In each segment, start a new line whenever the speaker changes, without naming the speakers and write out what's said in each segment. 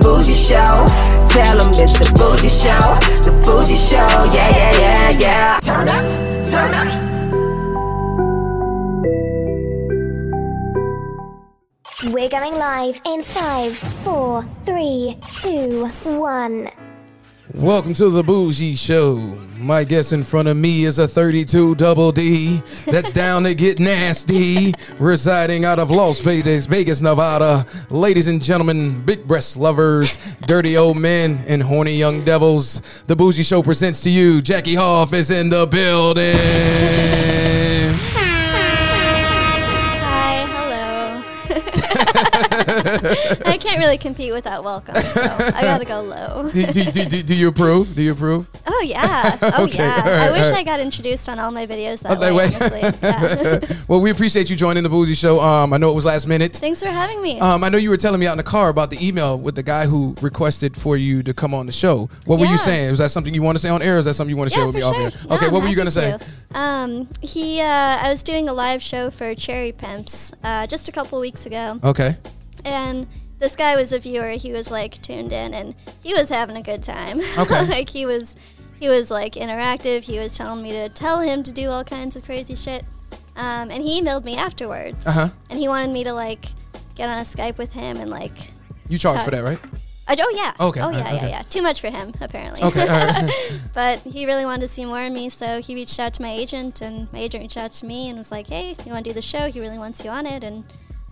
bougie show. Tell them it's the bougie show. The bougie show. Yeah, yeah, yeah, yeah. Turn up, turn up.
We're going live in five, four, three, two, one.
Welcome to the Bougie Show. My guest in front of me is a 32 double D that's down to get nasty, residing out of Las Vegas, Vegas, Nevada. Ladies and gentlemen, big breast lovers, dirty old men, and horny young devils. The Bougie Show presents to you Jackie Hoff is in the building.
Hi, hello. I can't really compete with that welcome, so I gotta go low.
Do, do, do, do- do you approve? Do you approve?
Oh yeah, oh
Okay,
yeah.
all right,
I wish
all right. Oh,
I got introduced on all my videos that
That
way.
way.
honestly. Yeah.
Uh, Well, we appreciate you joining the Bougie Show. Um, I know it was last minute.
Thanks for having me.
Um, I know you were telling me out in the car about the email with the guy who requested for you to come on the show. What were you
Yeah.
saying? Was that something you want to say on air? Or is that something you want to share
yeah,
with
for
me
sure.
off air?
Yeah,
okay,
I'm
what were you gonna
happy
say?
to. Um, he, uh, I was doing a live show for Cherry Pimps uh, just a couple weeks ago,
Okay.
and this guy was a viewer. He was like tuned in, and he was having a good time.
Okay.
like he was, he was like interactive. He was telling me to tell him to do all kinds of crazy shit, um, and he emailed me afterwards,
Uh-huh.
and he wanted me to like get on a Skype with him and like.
You charged
Sorry.
for that, right?
I, oh yeah.
Okay,
Oh
all
yeah,
right,
yeah,
okay.
yeah. Too much for him, apparently.
Okay. all right.
but he really wanted to see more of me, so he reached out to my agent, and my agent reached out to me and was like, "Hey, you want to do the show? He really wants you on it." And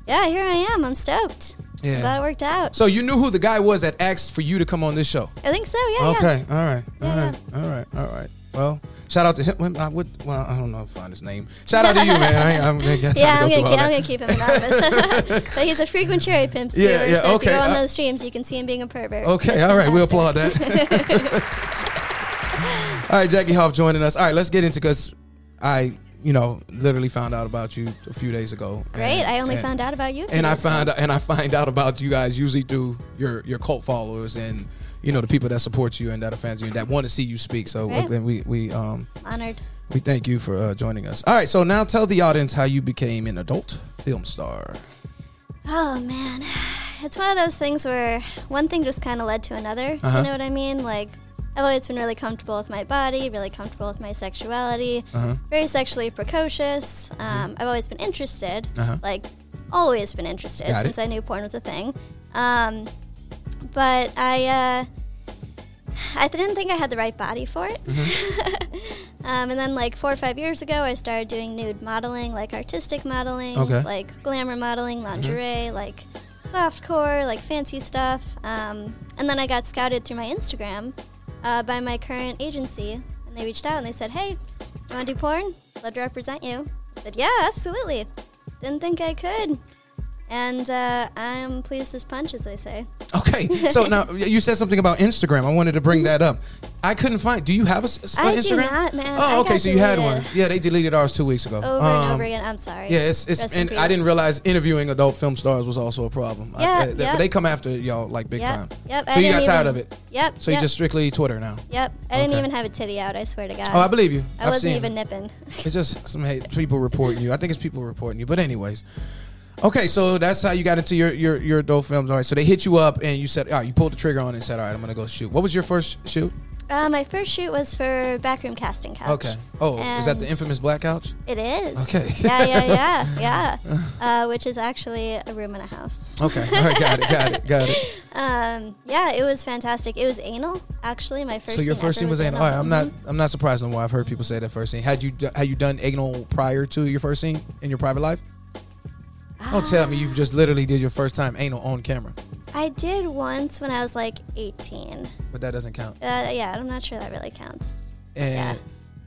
yeah, here I am. I'm stoked.
Yeah.
I'm glad it worked out.
so you knew who the guy was that asked for you to come on this show.
I think so. Yeah. Yeah.
Okay. All right. All
Yeah,
right. All right. All right. Well, shout out to him. I would. Well, I don't know. if I Find his name. Shout out to you, man. I, ain't- I'm, I ain't got time
Yeah,
to
I'm
go
gonna,
through all
keep, I'm
that.
gonna keep him anonymous. but he's a frequent cherry pimp
Yeah,
viewer,
yeah,
so
okay,
if you go on
I-
those streams, you can see him being a pervert.
Okay,
It's
all right, we'll applaud
fantastic.
that. all right, Jackie Hoff joining us. All right, let's get into because I, you know, literally found out about you a few days ago.
Great. I only
and-
found out about you. a few
And I
days ago.
find and I find out about you guys usually through your your cult followers and you know the people that support you and that are fans of you and that want to see you speak. So
Right.
then we we um
honored.
we thank you for uh, joining us. All right, so now tell the audience how you became an adult film star.
Oh man, it's one of those things where one thing just kind of led to another.
Uh-huh.
You know what I mean? Like I've always been really comfortable with my body, really comfortable with my sexuality,
Uh-huh.
very sexually precocious. Um, I've always been interested,
Mm-hmm. Uh-huh.
like always been interested
Got it.
since I knew porn was a thing. Um, but I. Uh, I didn't think I had the right body for it.
Mm-hmm.
um, and then, like, four or five years ago, I started doing nude modeling, like artistic modeling,
Okay. Mm-hmm.
like glamour modeling, lingerie, like soft core, like fancy stuff. Um, and then I got scouted through my Instagram uh, by my current agency. And they reached out and they said, Hey, you want to do porn? Love to represent you. I said, Yeah, absolutely. Didn't think I could. And uh, I'm pleased as punch, as they say.
Okay, so now you said something about Instagram. I wanted to bring that up. I couldn't find. Do you have a, s- s-
I
an
do
Instagram?
not, man. I
Oh, okay.
got
So you had one.
deleted.
Yeah, they deleted ours two weeks ago.
Over and
Um,
over again. I'm sorry.
Yeah, it's, it's
Rest in
and I
peace.
didn't realize interviewing adult film stars was also a problem. I-
Yeah,
they, they-
yeah.
they come after y'all like big
Yep,
time.
yep,
So
I
you got
didn't
tired
even-
of it.
Yep.
So
yep,
you just strictly Twitter now.
Yep. I didn't
Okay.
even have a titty out. I swear to God.
Oh, I believe you.
I
I've
wasn't
seen
even
it.
nipping.
It's just some hate. people reporting you. I think it's people reporting you. But anyways, okay. So that's how you got into your your your adult films. All right. So they hit you up and you said, all right, you pulled the trigger on it and said, all right, I'm gonna go shoot. What was your first shoot?
Uh, my first shoot was for backroom casting couch.
Okay. Oh, is that the
And
infamous black couch?
It is.
Okay.
yeah, yeah, yeah, yeah. Uh, which is actually a room and a house.
Okay. All right. Got it. Got it. Got it.
Um, yeah, it was fantastic. It was anal, actually. My first.
so your
scene
first
ever
scene was anal. All right. I'm not. I'm not surprised no more. I've heard people say that first scene. Had you do- had you done anal prior to your first scene in your private life? Don't tell
Ah.
me you just literally did your first time anal on camera,
Mm-hmm. I did once when I was like 18.
but that doesn't count.
Uh, yeah, I'm not sure that really counts.
And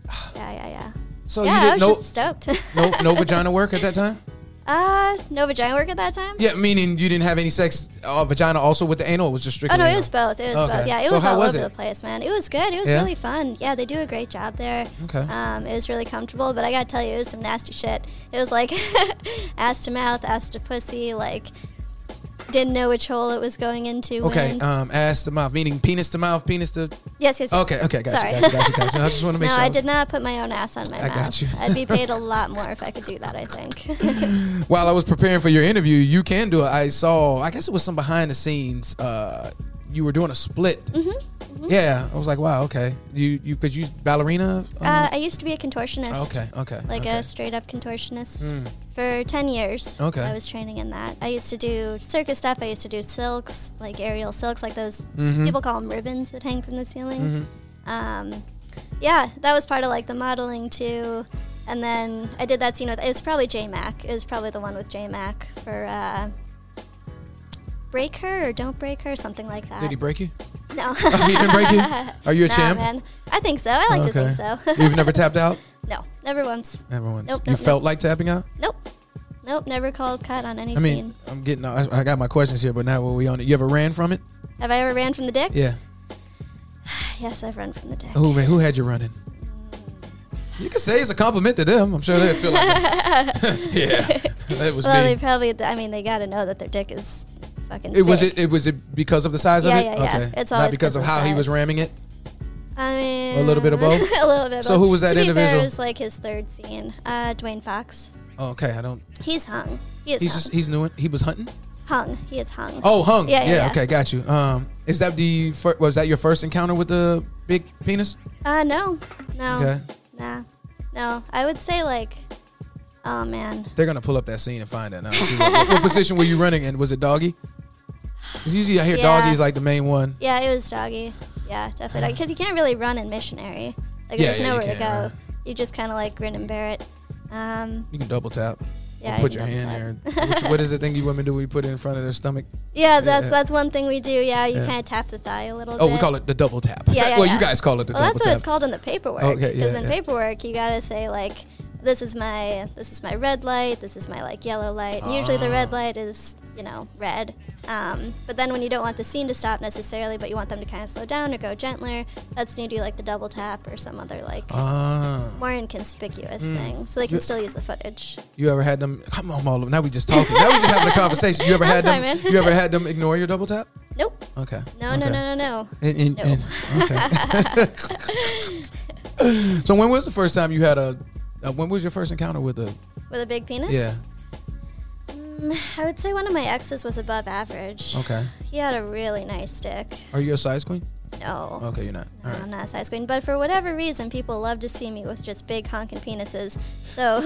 Yeah. Yeah, yeah, yeah.
so
yeah, I
Oh, you
was
did no
just stoked.
no no vagina work at that time.
Uh, no vagina work at that time.
Yeah, meaning you didn't have any sex uh, vagina also with the anal. It was just
Oh
strictly.
no, it
anal.
was both. It was
Okay.
both. Yeah, it
So
was
how
all
was
over
it?
the place, man. It was good. It was
Yeah?
really fun. Yeah, they do a great job there.
Okay.
Um, it was really comfortable, but I gotta tell you, it was some nasty shit. It was like ass to mouth, ass to pussy. Like didn't know which hole it was going into.
Okay,
when.
um, ass to mouth, meaning penis to mouth, penis to.
yes, yes, yes.
Okay, okay, gotcha,
Sorry.
gotcha, gotcha, gotcha. I just want to make
No,
sure.
I
was-
did not put my own ass on my
I
mouth.
got you.
I'd be paid a lot more if I could do that. I think.
while I was preparing for your interview, you can do it. I saw, I guess it was some behind the scenes uh, you were doing a split.
Mm-hmm,
Yeah, I was like, wow, okay. You you because you ballerina. Um,
Uh, I used to be a contortionist.
okay, okay.
Uh, Like
okay. Hmm.
a straight up contortionist for 10 years.
Okay.
I was training in that. I used to do circus stuff. I used to do silks, like aerial silks, like those
Mm-hmm.
people call them ribbons that hang from the ceiling. Um, yeah, that was part of like the modeling too. And then I did that scene with, it was probably J Mac. It was probably the one with J Mac for uh, Break Her or Don't Break Her, something like that.
Did he break you?
no.
He didn't break you? Are you a
Nah,
champ?
man. I think so. I like to think so.
You've never tapped out?
no, never once.
Everyone.
Nope,
you
nope,
felt
nope.
like tapping out?
Nope. Nope, never called cut on any
I mean,
scene.
I'm getting. I I got my questions here, but now we're we on it. You ever ran from it?
Have I ever ran from the dick?
Yeah.
Yes, I've run from the dick.
Who man? Who had you running? You can say it's a compliment to them. I'm sure they feel like, yeah, that was
well,
me.
they probably, I mean, they got to know that their dick is fucking
It was
big.
it, it was it because of the size
Yeah,
of it.
yeah, yeah.
Okay,
It's
not
always
because
'cause
of
of
how he was
size.
ramming it.
I mean,
A little bit of both?
a little bit of
So
both.
who was that
to be
individual?
Fair, it was like his third scene. Uh, Dwayne Fox.
Oh, okay, I don't.
He's hung. He is
He's
hung.
just he's new. He was hunting.
hung. He is hung.
Oh, hung.
Yeah, yeah, yeah.
Okay, got you. Um, is that the fir- was that your first encounter with the big penis?
Uh, no. No.
Okay.
Nah. No. I would say, like, oh, man.
They're gonna pull up that scene and find that now. See what, what- what position were you running in? Was it doggy? 'Cause usually I hear
Yeah.
doggy is like the main one.
Yeah, it was doggy. Yeah, definitely. Because you can't really run in missionary. Like,
Yeah,
there's
yeah, you
nowhere
can't,
to go.
right.
You just kind of, like, grin and bear it. Um,
You can double tap.
Yeah,
Or
you
put your
can
hand
double
there. What- what is the thing you women do? We put it in front of their stomach.
Yeah, that's
Yeah.
that's one thing we do. Yeah, you
Yeah.
kind of tap the thigh a little.
Oh,
bit.
we call it the double tap.
Yeah, yeah,
well,
yeah.
you guys call it the
Well,
double
that's what it's
tap.
called in the paperwork.
Okay, yeah,
Because in
yeah.
paperwork, you gotta say like, this is my this is my red light. This is my like yellow light. And Usually the
Ah.
red light is you know red. Um, but then when you don't want the scene to stop necessarily, but you want them to kind of slow down or go gentler, that's when you do like the double tap or some other like
Ah, Hmm.
more inconspicuous thing, so they can still use the footage.
you ever had them? Come on, Marlo. Now we just talking. now we just having a conversation. You ever
I'm
had
sorry,
them?
man.
You ever had them ignore your double tap?
Nope.
Okay.
No,
okay.
no, no, no, no.
And, and, and- okay. so when was the first time you had a? Uh, when was your first encounter with a?
With a big penis. Mm,
Yeah.
I would say one of my exes was above average.
Okay.
He had a really nice dick.
Are you a size queen?
No.
Okay, you're not.
No, I'm Oh, not a size queen, but for whatever reason, people love to see me with just big honking penises. So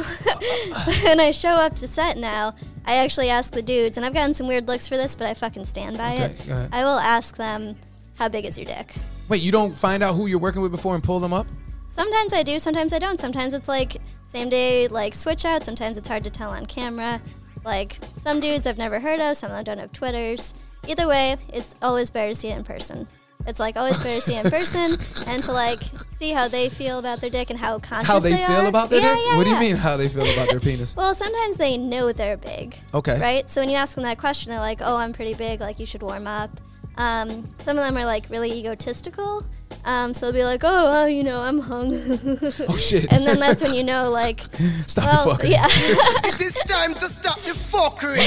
when I show up to set now, I actually ask the dudes, and I've gotten some weird looks for this, but I fucking stand by
Okay, go ahead.
it. I will ask them, "How big is your dick?"
Wait, you don't find out who you're working with before and pull them up?
Sometimes I do, sometimes I don't. Sometimes it's like same day, like switch out. Sometimes it's hard to tell on camera. Like some dudes I've never heard of, some of them don't have Twitters. Either way, it's always better to see it in person. It's like always better to see it in person and to like see how they feel about their dick and how conscious
How they, feel
are.
about their
Yeah,
dick?
yeah,
what do you
yeah.
mean how they feel about their penis?
Well, sometimes they know they're big.
Okay.
Right? So when you ask them that question, they're like, oh, I'm pretty big, like, you should warm up. Um, some of them are, like, really egotistical. Um, so they'll be like, oh, well, you know, I'm hung.
Oh shit.
and then that's when you know, like,
Stop
well,
the fucker.
yeah.
It is time to stop the fuckery.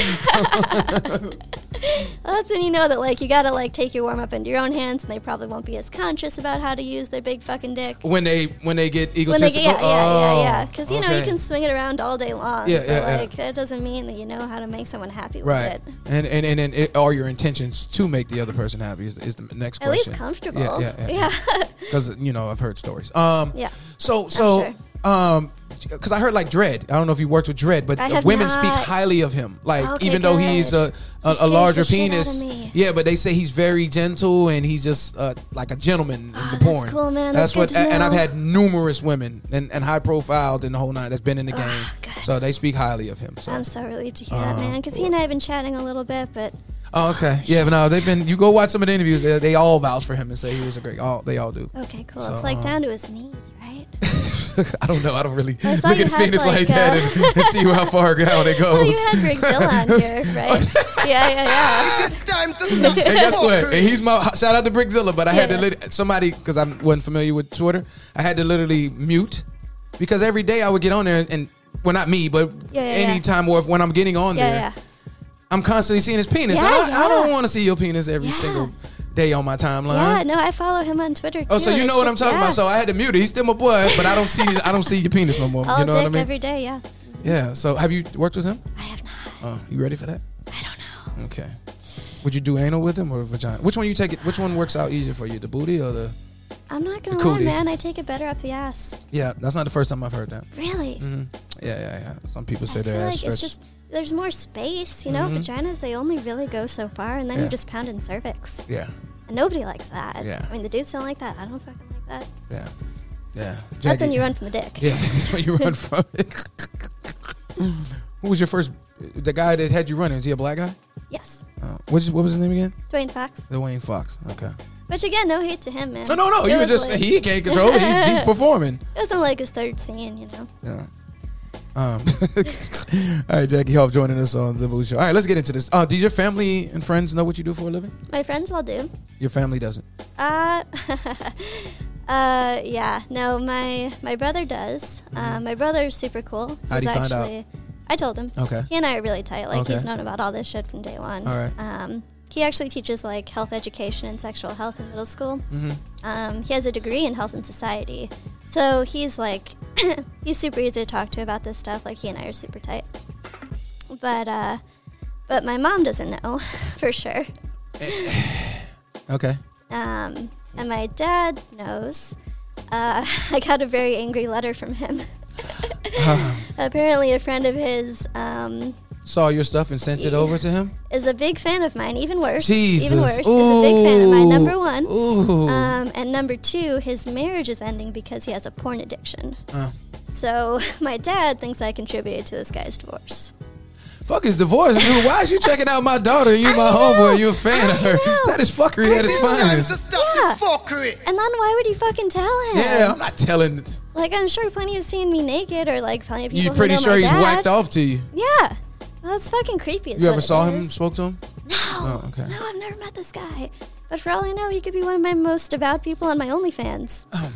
Well, that's when you know that, like, you gotta, like, take your warm up into your own hands, and they probably won't be as conscious about how to use their big fucking dick.
When they when they get egotistical.
When they get, yeah, yeah, yeah, yeah.
Oh,
Because, you know, you
okay.
can swing it around all day long.
Yeah,
but,
yeah, yeah.
like, that doesn't mean that you know how to make someone happy with
Right.
it.
And and and, and it, are your intentions to make the other person happy is, is the next
At
question.
least comfortable.
Yeah, yeah, yeah.
yeah.
Because you know I've heard stories. Um,
Yeah.
So so
sure.
um, because I heard like Dread. I don't know if you worked with Dread, but uh,
I have
women speak
not.
highly of him. Like
Okay,
even though he's a
good.
a,
scares
a
the
larger
shit out of
penis.
me.
Yeah, but they say he's very gentle and he's just uh, like a gentleman in the
Oh, that's
porn.
cool, man. That's
what.
good to
and I've
know.
had numerous women and, and high profiled and the whole nine that's been in the game.
Ah, good.
so they speak highly of him. So.
I'm so relieved to hear that, man, because he and I have been chatting a little bit, but
Oh, okay. Yeah, but no, they've been. You go watch some of the interviews. They, they all vouch for him and say he was a great. All they all do.
okay, cool.
So,
it's like
um,
down to his knees, right?
I don't know. I don't really
I
look
saw
at
you
his
had,
penis like,
like,
that
uh,
and, and see how far down it
Oh,
goes.
you had Brigzilla on here, right? yeah, yeah, yeah.
It is time to stop the
and guess what? And
fuckery.
he's my shout out to Brickzilla, but I had to
Yeah.
lit- somebody because I wasn't familiar with Twitter. I had to literally mute because every day I would get on there and well, not me, but
Yeah, yeah, yeah.
anytime or if, when I'm getting on
Yeah,
there,
yeah.
I'm constantly seeing his penis.
Yeah,
And I, I
yeah.
don't want to see your penis every
Yeah.
single day on my timeline.
Yeah, no, I follow him on Twitter too.
Oh, so
and
you
it's
know what I'm
just-
talking
yeah.
about? So I had to mute it. He's still my boy, but I don't see I don't see your penis no more.
all
you know
dick
what I mean?
every day, yeah.
yeah. So have you worked with him?
I have not.
Oh, you ready for that?
I don't know.
Okay. Would you do anal with him or vagina? Which one you take it? Which one works out easier for you, the booty or the?
I'm not gonna
The
lie,
cootie.
man. I take it better up the ass.
Yeah, that's not the first time I've heard that.
Really?
Yeah, yeah, Mm-hmm. yeah. Some people say
I feel
their ass
like it's
stretched.
just there's more space. You know, vaginas they only really go so far, and then
Yeah.
you're just pounding cervix.
yeah,
And nobody likes that.
Yeah.
I mean, the dudes don't like that. I don't fucking like that.
yeah, yeah.
That's when
Jackie-
you run from the dick.
Yeah, that's when you run from it. Who was your first? The guy that had you running is he a black guy?
Yes.
Uh, what's, what was his name again?
Dwayne Fox.
The Wayne Fox. Okay.
Which again, no hate to him, man.
No, no, no.
It
You were
was
just
like-
he can't control it. He's, he's performing.
It wasn't like his third scene, you know.
Yeah. Um, all right, Jackie Hoff joining us on the Boo Show. All right, let's get into this. Uh, do your family and friends know what you do for a living?
My friends all do.
Your family doesn't.
Uh, uh, yeah. No, my my brother does. Uh, my brother's super cool.
Mm-hmm. How'd
He's
he find out?
actually, I told him.
Okay.
He and I are really tight. Like he's
Okay.
known about all this shit from day one.
All right.
Um, he actually teaches like health education and sexual health in middle school.
Mm-hmm.
Um, he has a degree in health and society, so he's like he's super easy to talk to about this stuff. Like he and I are super tight. But uh, but my mom doesn't know for sure.
Okay.
Um, and my dad knows. Uh, I got a very angry letter from him. Apparently, a friend of his um,
Saw your stuff and sent it over to him.
is a big fan of mine. Even worse,
Jesus.
even worse, is a big fan of mine. Number
Ooh.
one,
Ooh.
um, and number two, his marriage is ending because he has a porn addiction.
Uh.
So my dad thinks I contributed to this guy's divorce.
Fuck his divorce, dude. Why is you checking out my daughter? You my homeboy. You a fan of her? That is fuckery at its
This time to
finest.
stop
Yeah.
the fuckery.
And then why would you fucking tell him?
Yeah, I'm not telling.
Like I'm sure plenty have seen me naked, or like plenty of people.
You
who
pretty
know
sure
my
he's
dad.
whacked off to you.
Yeah. Well, that's fucking creepy. is
You
what
ever
it
saw him?
is.
Spoke to him?
No.
Oh, okay.
No, I've never met this guy. But for all I know, he could be one of my most devout people on my OnlyFans.
Oh,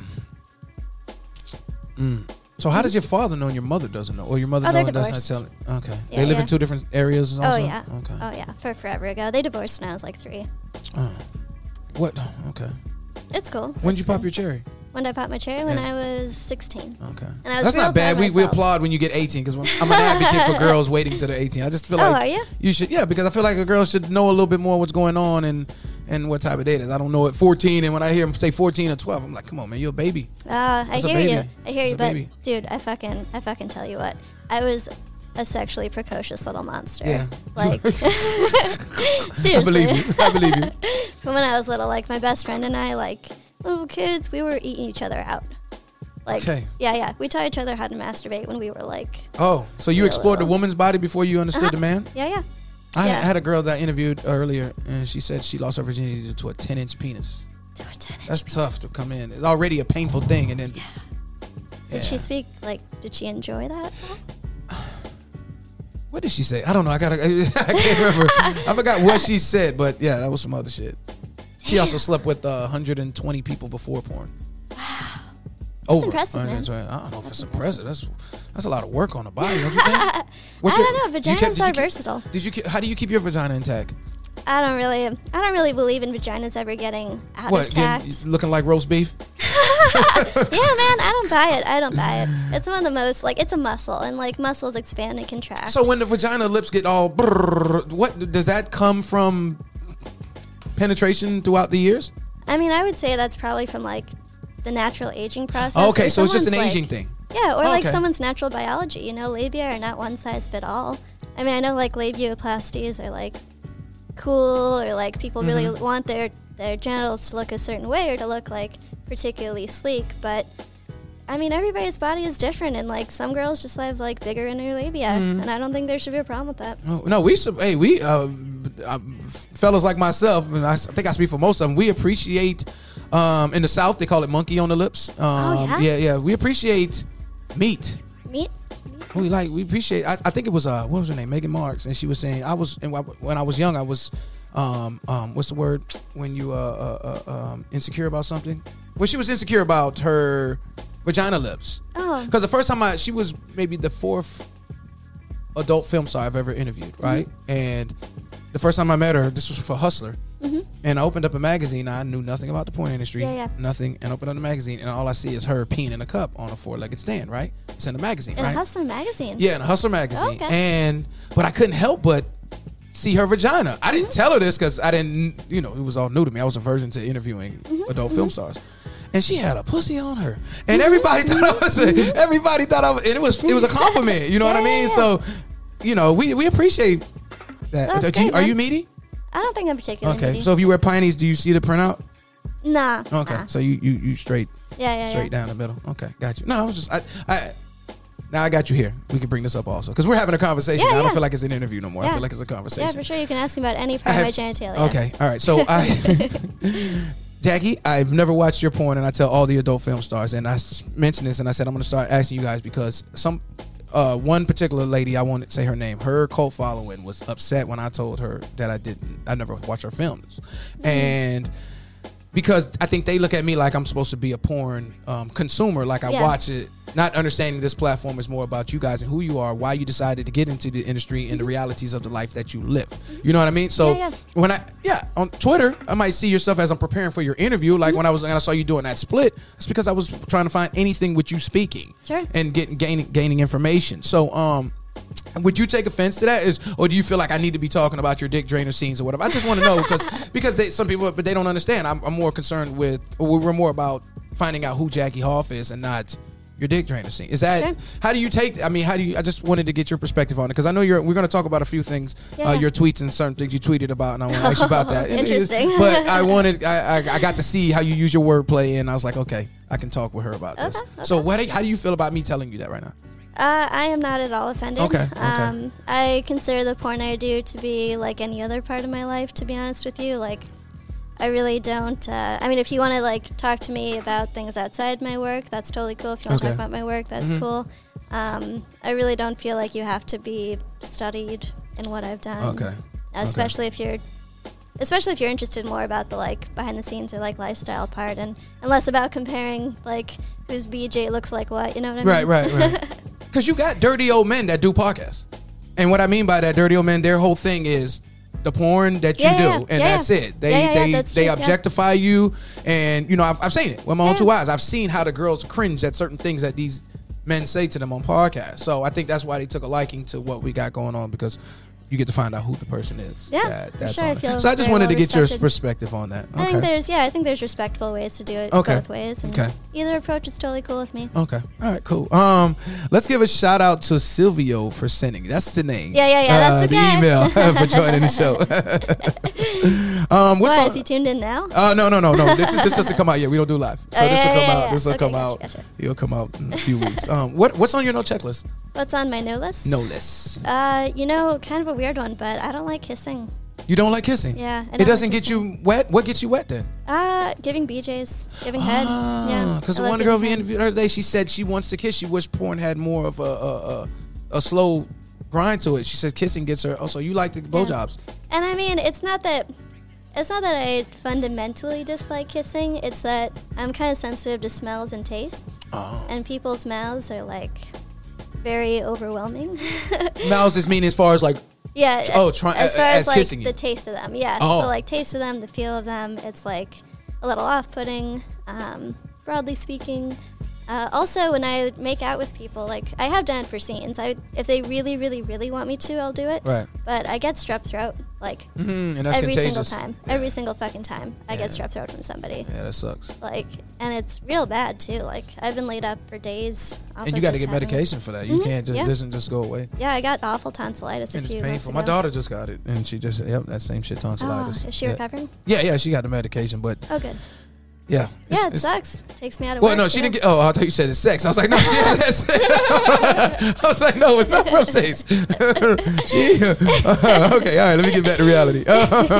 So how does your father know and your mother doesn't know, or your mother
Oh,
know
they're
and doesn't
divorced.
tell? you? Okay,
Yeah,
they live
yeah.
in two different areas. Also?
oh yeah.
Okay.
Oh yeah. For forever ago, they divorced when I was like three.
What? Okay.
It's cool.
When did you pop your cherry?
When I popped my cherry when
Yeah.
I was 16.
Okay.
And I was
That's
real
not bad.
by
We, we
myself.
applaud when you get 18 because I'm an advocate for girls waiting till they're 18. I just feel
Oh,
like
are you?
should yeah because I feel like a girl should know a little bit more what's going on and and what type of date it is. I don't know at 14 and when I hear them say 14 or 12, I'm like, come on, man, you're a baby.
Uh, I
That's a
hear
baby.
you. I hear
That's
you.
a
But
baby.
dude, I fucking I fucking tell you what. I was a sexually precocious little monster.
Yeah.
Like seriously.
I believe you. I believe you.
From when I was little, like my best friend and I, like little kids, we were eating each other out. Like,
Okay.
yeah, yeah. We taught each other how to masturbate when we were like,
Oh, so you
Yeah,
explored the
well.
woman's body before you understood the man?
yeah, yeah.
I
Yeah.
had a girl that I interviewed earlier and she said she lost her virginity to a 10 inch penis.
To a tennis.
That's tough to come in. It's already a painful thing, and then
Did she speak like? Did she enjoy that? at all?
what did she say? I don't know. I gotta. I can't remember. I forgot what she said, but yeah, that was some other shit. She also slept with uh, 120 people before porn. Over
impressive, man.
120. I don't know if it's impressive. That's that's a lot of work on the body. Don't you think? What's
I don't know.
do you kept-
Vaginas
did you
are
keep-
versatile.
Did you? keep- How do you keep your vagina intact?
I don't really. I don't really believe in vaginas ever getting out
What?
of
getting-
tact.
looking like roast beef?
yeah, man. I don't buy it. I don't buy it. It's one of the most like it's a muscle, and like muscles expand and contract.
So when the vagina lips get all, brrr, what does that come from? Penetration throughout the years.
I mean, I would say that's probably from like the natural aging process.
Okay,
or
so it's just an
someone's,
aging
like-
thing.
Yeah, or
Oh,
like
Okay.
someone's natural biology. You know, labia are not one size fit all. I mean, I know like labioplasties are like cool, or like people
Mm-hmm.
really want their their genitals to look a certain way or to look like particularly sleek, but. I mean, everybody's body is different, and like some girls just have like bigger inner labia,
Mm-hmm.
and I don't think there should be a problem with that.
Oh, No, we sub- hey we uh, uh, fellas like myself, and I, s- I think I speak for most of them. We appreciate um, in the South they call it monkey on the lips. Um,
Oh, yeah?
yeah, yeah. We appreciate meat.
Meat?
We like we appreciate. I, I think it was uh what was her name Megan Marks, and she was saying I was and wh- when I was young I was um um what's the word when you uh, uh, uh um insecure about something. Well, she was insecure about her vagina lips.
Oh.
because the first time I she was maybe the fourth adult film star I've ever interviewed,
Mm-hmm.
right? And the first time I met her, this was for Hustler. And I opened up a magazine. I knew nothing about the porn industry.
Mm-hmm. Yeah, yeah.
Nothing. And opened up the magazine, and all I see is her peeing in a cup on a four-legged stand. Right? It's in the magazine.
In
right?
a Hustler magazine.
Yeah, in a Hustler magazine.
Okay.
And but I couldn't help but see her vagina. I didn't tell her this because I didn't, you know, it was all new to me. I was a virgin to interviewing
Mm-hmm.
adult film stars. And she had a pussy on her, and everybody thought I was. A, everybody thought I was, and it was it was a compliment. You know what I
Yeah, yeah,
mean?
Mm-hmm. yeah.
So, you know, we we appreciate that.
That's
Do you-
great,
are you
man.
meaty?
I don't think I'm particularly.
Okay.
needy.
So if you wear panties, do you see the printout?
nah.
Okay.
nah.
So you you you straight
Uh-huh. yeah, yeah,
straight
yeah.
down the middle. Okay, got you. No, I was just I, I now I got you here. We can bring this up also because we're having a conversation.
Yeah,
I don't
yeah.
feel like it's an interview no more. I
Yeah.
feel like it's a conversation.
Yeah, for sure. You can ask me about any part of my
I-
genitalia.
Okay, all right. So I, Jackie, I've never watched your porn, and I tell all the adult film stars, and I s- mentioned this, and I said I'm going to start asking you guys because some, uh, one particular lady, I won't say her name, her cult following was upset when I told her that I didn't, I never watched her films,
Mm-hmm.
and. Because I think they look at me like I'm supposed to be a porn um, consumer, like I
Yeah.
watch it, not understanding this platform is more about you guys and who you are, why you decided to get into the industry,
Mm-hmm.
and the realities of the life that you live. You know what I mean? So
Yeah, yeah.
when I yeah on Twitter, I might see yourself as I'm preparing for your interview.
Mm-hmm.
Like when I was and I saw you doing that split, it's because I was trying to find anything with you speaking
Sure.
and getting gaining gaining information. So um. Would you take offense to that, is or do you feel like I need to be talking about your dick drainer scenes or whatever? I just want to know because because they, some people, but they don't understand. I'm, I'm more concerned with or we're more about finding out who Jackie Hoff is and not your dick drainer scene. Is that
Sure.
how do you take? I mean, how do you? I just wanted to get your perspective on it because I know you're. We're going to talk about a few things,
Yeah.
uh, your tweets and certain things you tweeted about, and I want to ask you about that.
Interesting.
but I wanted. I, I, I got to see how you use your wordplay, and I was like, okay, I can talk with her about this.
Okay,
So, what? How do you feel about me telling you that right now?
Uh, I am not at all offended.
Okay, okay.
Um, I consider the porn I do to be like any other part of my life. To be honest with you, like I really don't. Uh, I mean, if you want to like talk to me about things outside my work, that's totally cool. If you want to
Okay. Mm-hmm.
talk about my work, that's cool. Um, I really don't feel like you have to be studied in what I've done.
Okay,
Especially if you're. Especially if you're interested more about the like behind the scenes or like lifestyle part, and, and less about comparing like whose BJ looks like what, you know what I
Right,
mean?
right, right. Because you got dirty old men that do podcasts, and what I mean by that, dirty old men, their whole thing is the porn that you
Yeah,
do,
yeah,
and
yeah,
that's
yeah.
it. They
Yeah, yeah, yeah,
they
that's
they
true, yeah.
objectify you, and you know I've, I've seen it with my own
Yeah.
two eyes. I've seen how the girls cringe at certain things that these men say to them on podcasts. So I think that's why they took a liking to what we got going on because. You get to find out who the person is.
Yeah,
that-
for
that's
sure, I
on it.
feel
so I just
very
wanted to
well
get your
respected.
perspective on that.
I think there's yeah, I think there's respectful ways to do it
Okay.
both ways. And
Okay.
Either approach is totally cool with me.
Okay. All right. Cool. Um, let's give a shout out to Silvio for sending. That's the name.
Yeah, yeah, yeah,
uh,
that's the guy.
email for joining the show. um, what's
Why
on-
is he tuned in now?
uh, no, no, no, no. This, is- this doesn't come out yet. We don't do live, so
Oh, yeah,
this will
yeah,
come
yeah,
out.
yeah.
This will
Okay,
come
gotcha,
out.
gotcha.
It'll come out in a few weeks. Um, what what's on your no checklist?
What's on my no list?
No list.
Uh, you know, kind of a weird one, but I don't like kissing.
You don't like kissing.
Yeah, I don't
It doesn't
like
get you wet. What gets you wet then?
Uh, giving BJ's, giving head. yeah.
Because Ah,
I
the
love
one
giving
girl we
head.
interviewed her today, she said she wants to kiss. She wish porn had more of a a, a, a slow grind to it. She said kissing gets her. Oh, so you like the blowjobs?
And I mean, it's not that it's not that I fundamentally dislike kissing. It's that I'm kind of sensitive to smells and tastes,
Oh.
and people's mouths are like very overwhelming.
Mouths is mean as far as like.
Yeah.
Oh, try-
as
uh,
far
as
as, like
kissing
the
you.
taste of them. Yeah,
Oh.
the like taste of them, the feel of them. It's like a little off-putting, um, broadly speaking. Uh, also, when I make out with people, like I have done it for scenes. I if they really, really, really want me to, I'll do it.
Right.
But I get strep throat like
Mm, and that's
every single
contagious.
time. Every single fucking time, I get strep throat from somebody.
Yeah, that sucks.
Like, and it's real bad too. Like I've been laid up for days. off
And
of
you got to
just
get
having-
medication for that. You
Mhm,
can't just
yeah.
doesn't just go away.
Yeah, I got awful tonsillitis a
And it's
few months
painful.
ago.
My daughter just got it, and she just yep that same shit
Oh,
tonsillitis.
is she
yeah.
recovering?
Yeah, yeah, she got the medication, but
Oh, good.
yeah,
Yeah, it
it's- it's-
sucks. Takes me out of
Well,
work.
no, she
yeah.
didn't get. Oh, I thought you said it's sex. I was like, no, she had that sex. I was like, no, it's not from sex. she, okay, all right. Let me get back to reality.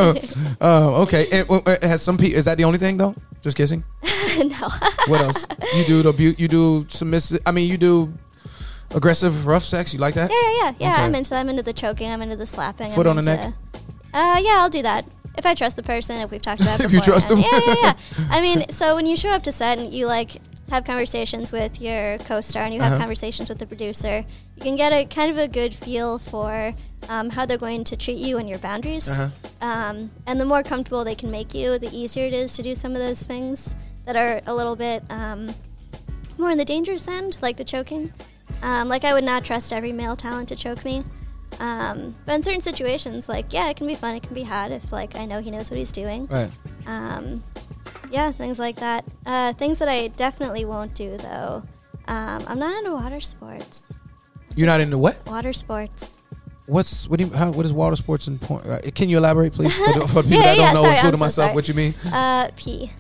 um, okay, and, uh, has some people? Is that the only thing though? Just kissing.
no.
What else? You do the bu- you do submissive. I mean, you do aggressive, rough sex. You like that?
yeah, yeah, yeah. yeah
Okay.
I'm into that. I'm into the choking. I'm into the slapping.
Foot
I'm
on the
into-
neck?
Uh, yeah, I'll do that. If I trust the person, if we've talked about it
If you trust
beforehand.
them.
Yeah, yeah, yeah. I mean, so when you show up to set and you like have conversations with your co-star and you have
Uh-huh.
conversations with the producer, you can get a kind of a good feel for um, how they're going to treat you and your boundaries.
Uh-huh.
Um, and the more comfortable they can make you, the easier it is to do some of those things that are a little bit um, more in the dangerous end, like the choking. Um, like I would not trust every male talent to choke me. Um, but in certain situations, like yeah, it can be fun. It can be hard if like I know he knows what he's doing.
Right.
Um, yeah, things like that. Uh, things that I definitely won't do though. Um, I'm not into water sports.
You're not into what?
Water sports.
What's what? Do you, how, what is water sports and porn? Uh, can you elaborate, please, for, the- for the people that
Yeah,
don't
yeah,
know,
sorry,
including
I'm so
myself?
sorry.
What you mean?
Uh, pee.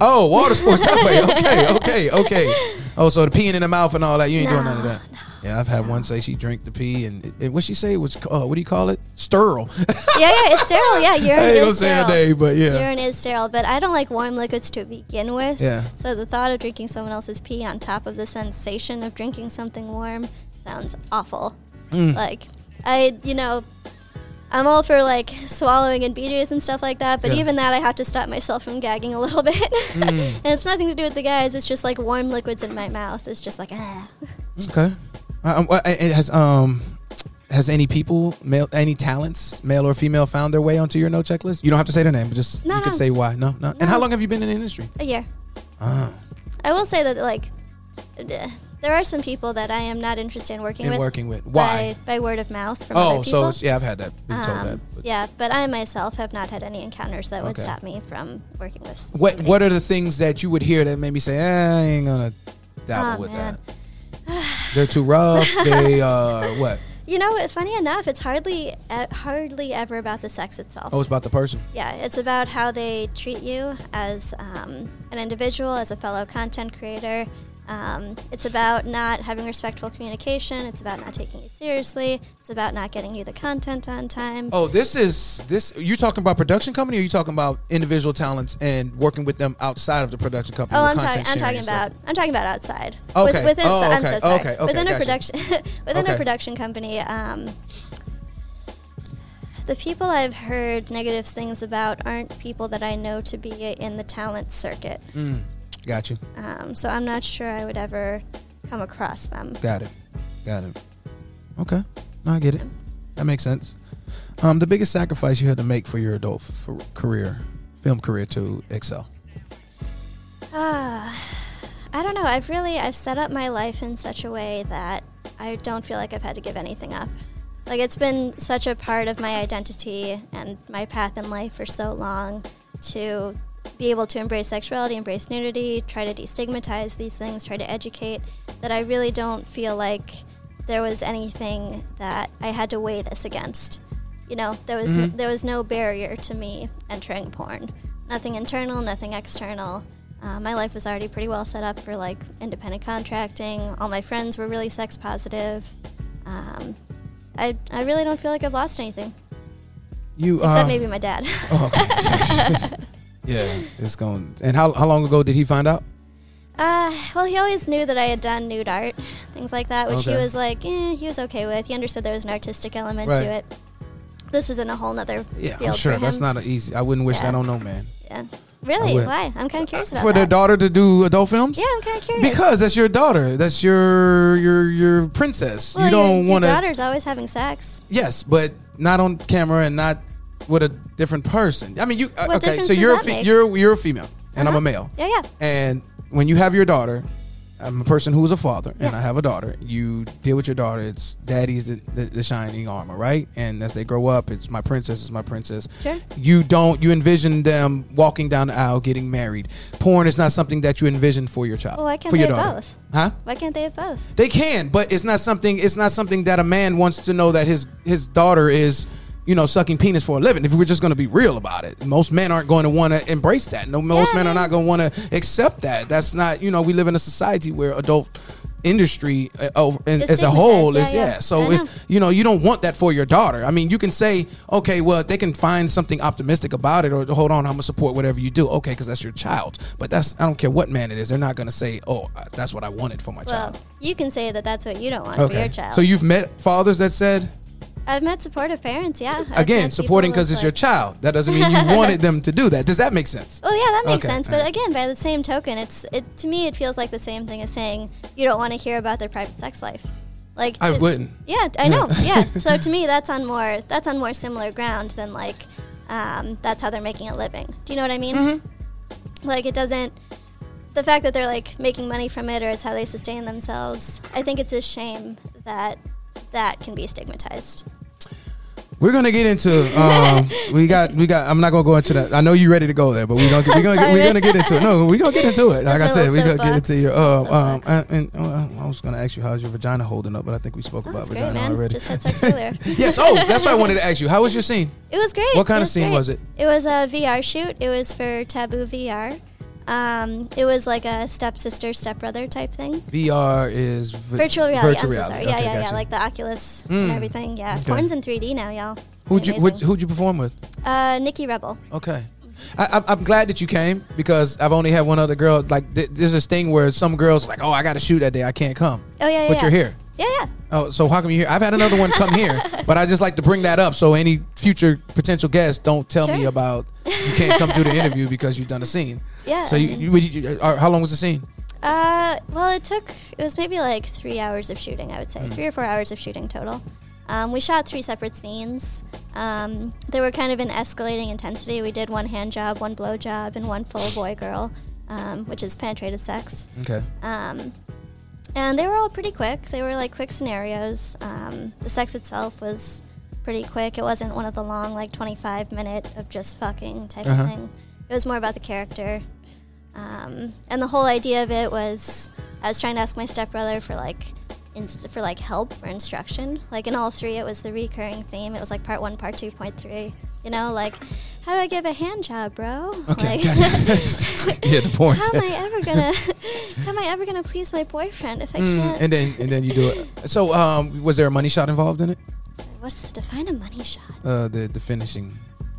Oh, water sports that way. Okay, okay, okay. Oh, so the peeing in the mouth and all that. You ain't doing
No,
none of that. yeah, I've had one say she drank the pee and, and what she say was uh, what do you call it? Sterile.
Yeah, yeah, it's sterile. Yeah, urine
I ain't gonna
is
say her
sterile.
name, but yeah.
Urine is sterile, but I don't like warm liquids to begin with.
Yeah.
So the thought of drinking someone else's pee on top of the sensation of drinking something warm sounds awful.
Mm.
Like I, you know, I'm all for like swallowing and BJ's and stuff like that, but
Yeah. Mm.
even that I have to stop myself from gagging a little bit. and it's nothing to do with the guys. It's just like warm liquids in my mouth. It's just like ah.
Okay. Um, uh, it has um has any people male any talents male or female found their way onto your no checklist? You don't have to say their name, but just
No,
you can
no.
say why. No, no, And how long have you been in the industry?
a year. I will say that like d- there are some people that I am not interested in working
In
with.
working with. Why?
By, by word of mouth from
Oh,
other people.
so it's, yeah, I've had that. Been told
Um,
that. But
yeah, but I myself have not had any encounters that would
Okay.
stop me from working with.
What
somebody.
What are the things that you would hear that made me say, eh, I ain't gonna dabble
Aw,
with
Oh, man.
that? They're too rough. they uh, what?
You know, it- funny enough, it's hardly e- hardly ever about the sex itself.
Oh, it's about the person.
Yeah, it's about how they treat you as um, an individual, as a fellow content creator. Um, it's about not having respectful communication. It's about not taking you seriously. It's about not getting you the content on time.
Oh, this is this. You talking about production company, or you talking about individual talents and working with them outside of the production company?
Oh,
with
I'm, talking.
content
I'm
sharing
talking
and stuff?
about. I'm talking about outside.
Okay.
within,
Oh,
I'm
okay.
so sorry.
Okay, okay,
Within
gotcha.
a production. within
Okay.
a production company. Um, the people I've heard negative things about aren't people that I know to be in the talent circuit.
Mm. Got you.
Um, so I'm not sure I would ever come across them.
Got it. Got it. Okay. No, I get it. That makes sense. Um, the biggest sacrifice you had to make for your adult f- career, film career, to excel.
Ah, I don't know. I've really I've set up my life in such a way that I don't feel like I've had to give anything up. Like it's been such a part of my identity and my path in life for so long to be able to embrace sexuality, embrace nudity, try to destigmatize these things, try to educate that I really don't feel like there was anything that I had to weigh this against. You know, there was
Mm-hmm.
there was no barrier to me entering porn. Nothing internal, nothing external. Uh, my life was already pretty well set up for like independent contracting. All my friends were really sex positive. Um, I, I really don't feel like I've lost anything,
You
except
uh,
maybe my dad.
Oh, okay. yeah, it's going. And how how long ago did he find out?
Uh, well, he always knew that I had done nude art, things like that, which he
Okay.
was like, eh, he was okay with. He understood there was an artistic element
Right.
to it. This isn't a whole nother
Yeah,
field
I'm sure
for
that's
him.
not an easy. I wouldn't wish
Yeah.
that on no man.
Yeah.
I
Really?
would- Uh,
Why? I'm kind of curious about
For their
that.
daughter to do adult films?
yeah, I'm kind of curious.
Because that's your daughter. That's your your your princess.
Well,
you
your-
don't
your
want to.
daughter's always having sex.
Yes, but not on camera and not with a different person. I mean, you uh,
What
okay?
difference
So
does
you're a
that
fe-
make? Uh-huh.
you're you're a female, and I'm a male.
Yeah, yeah.
And when you have your daughter, I'm a person who is a father, and
Yeah.
I have a daughter. You deal with your daughter. It's daddy's the, the, the shining armor, right? And as they grow up, it's my princess. It's my princess.
Sure.
You don't. You envision them walking down the aisle, getting married. Porn is not something that you envision for your child.
Well, why can't
for your
they have
daughter.
both?
Huh?
Why can't they have both?
They can, but it's not something. It's not something that a man wants to know that his his daughter is, you know, sucking penis for a living. If we're just going to be real about it, most men aren't going to want to embrace that. No, most
Yeah,
men are
man.
not going to want to accept that. That's not. You know, we live in a society where adult industry uh, over, and,
It's
as a whole is
stigmatized. Yeah,
yeah.
yeah.
So
I
it's
know.
you know you don't want that for your daughter. I mean, you can say okay, well they can find something optimistic about it, or hold on, I'm gonna support whatever you do. Okay, because that's your child. But that's I don't care what man it is. They're not going to say, oh, that's what I wanted for my
Well,
child.
you can say that that's what you don't want for your child.
So you've met fathers that said,
I've met supportive parents, yeah. I've
again,
met people
supporting because it's
with,
your
like- Oh,
child. That doesn't mean you wanted them to do that. Does that make sense?
Well, yeah, that makes
Okay,
sense.
all
But
right.
again, by the same token, it's it to me it feels like the same thing as saying you don't want to hear about their private sex life. Like
I
to-
wouldn't.
Yeah, I know. yeah. So to me, that's on more that's on more similar ground than like um, that's how they're making a living. Do you know what I mean?
Mm-hmm.
Like it doesn't. The fact that they're like making money from it or it's how they sustain themselves, I think it's a shame that that can be stigmatized.
We're gonna get into um, we got we got I'm not gonna go into that. I know you ready to go there, but we're gonna we're gonna, we're
Sorry.
gonna get into it. No, we're gonna get into it. Like I
That's my
said, we're
little
gonna get
soapbox.
into your um, um
Soapbox.
and, and uh, I was gonna ask you how's your vagina holding up, but I think we spoke
Oh,
about
it's
vagina
great, man.
already.
Just had sex earlier.
yes, oh that's what I wanted to ask you. How was your scene?
It was great.
What kind
It
of scene
great.
was it?
It was a VR shoot. It was for Taboo VR. Um, it was like a stepsister, stepbrother type thing.
VR is vi-
Virtual reality. I'm so sorry.
reality.
Yeah,
Okay,
yeah, yeah.
gotcha. Hmm.
Like the Oculus and everything. Yeah,
Okay.
porn's in 3D now, y'all. It's
who'd you
pretty
who'd,
amazing.
who'd you perform with?
uh, Nikki Rebel.
Okay. I, I'm- I'm glad that you came because I've only had one other girl. Like, th- there's this thing where some girls like, "Oh, I got to shoot that day. I can't come."
Oh yeah, yeah.
But
yeah.
you're here.
Yeah, yeah.
Oh, so how come you're here? I've had another one come here, but I just like to bring that up so any future potential guests don't tell me
Sure.
about you can't come do the interview because you've done a scene.
Yeah,
So you,
I
you, would you, you- uh, how long was the scene?
Uh, well, it took it was maybe like three hours of shooting. I would
Hmm.
say three or four hours of shooting total. Um, we shot three separate scenes. Um, they were kind of in escalating intensity. We did one hand job, one blow job, and one full boy girl, um, which is penetrative sex.
Okay.
Um, and they were all pretty quick. They were like quick scenarios. Um, the sex itself was pretty quick. It wasn't one of the long, like 25 minute of just fucking type
Uh-huh.
of thing. It was more about the character. Um, and the whole idea of it was I was trying to ask my stepbrother for like. inst for like help for instruction like in all three it was the recurring theme it was like part one part two point three you know like how do i give a hand job bro
Okay.
like
yeah, the point.
how am I ever gonna? how am I ever gonna please my boyfriend if I
Mm,
can't?
and then and then you do it. So, um, was there a money shot involved in it?
What's to define a money shot?
Uh, the the finishing,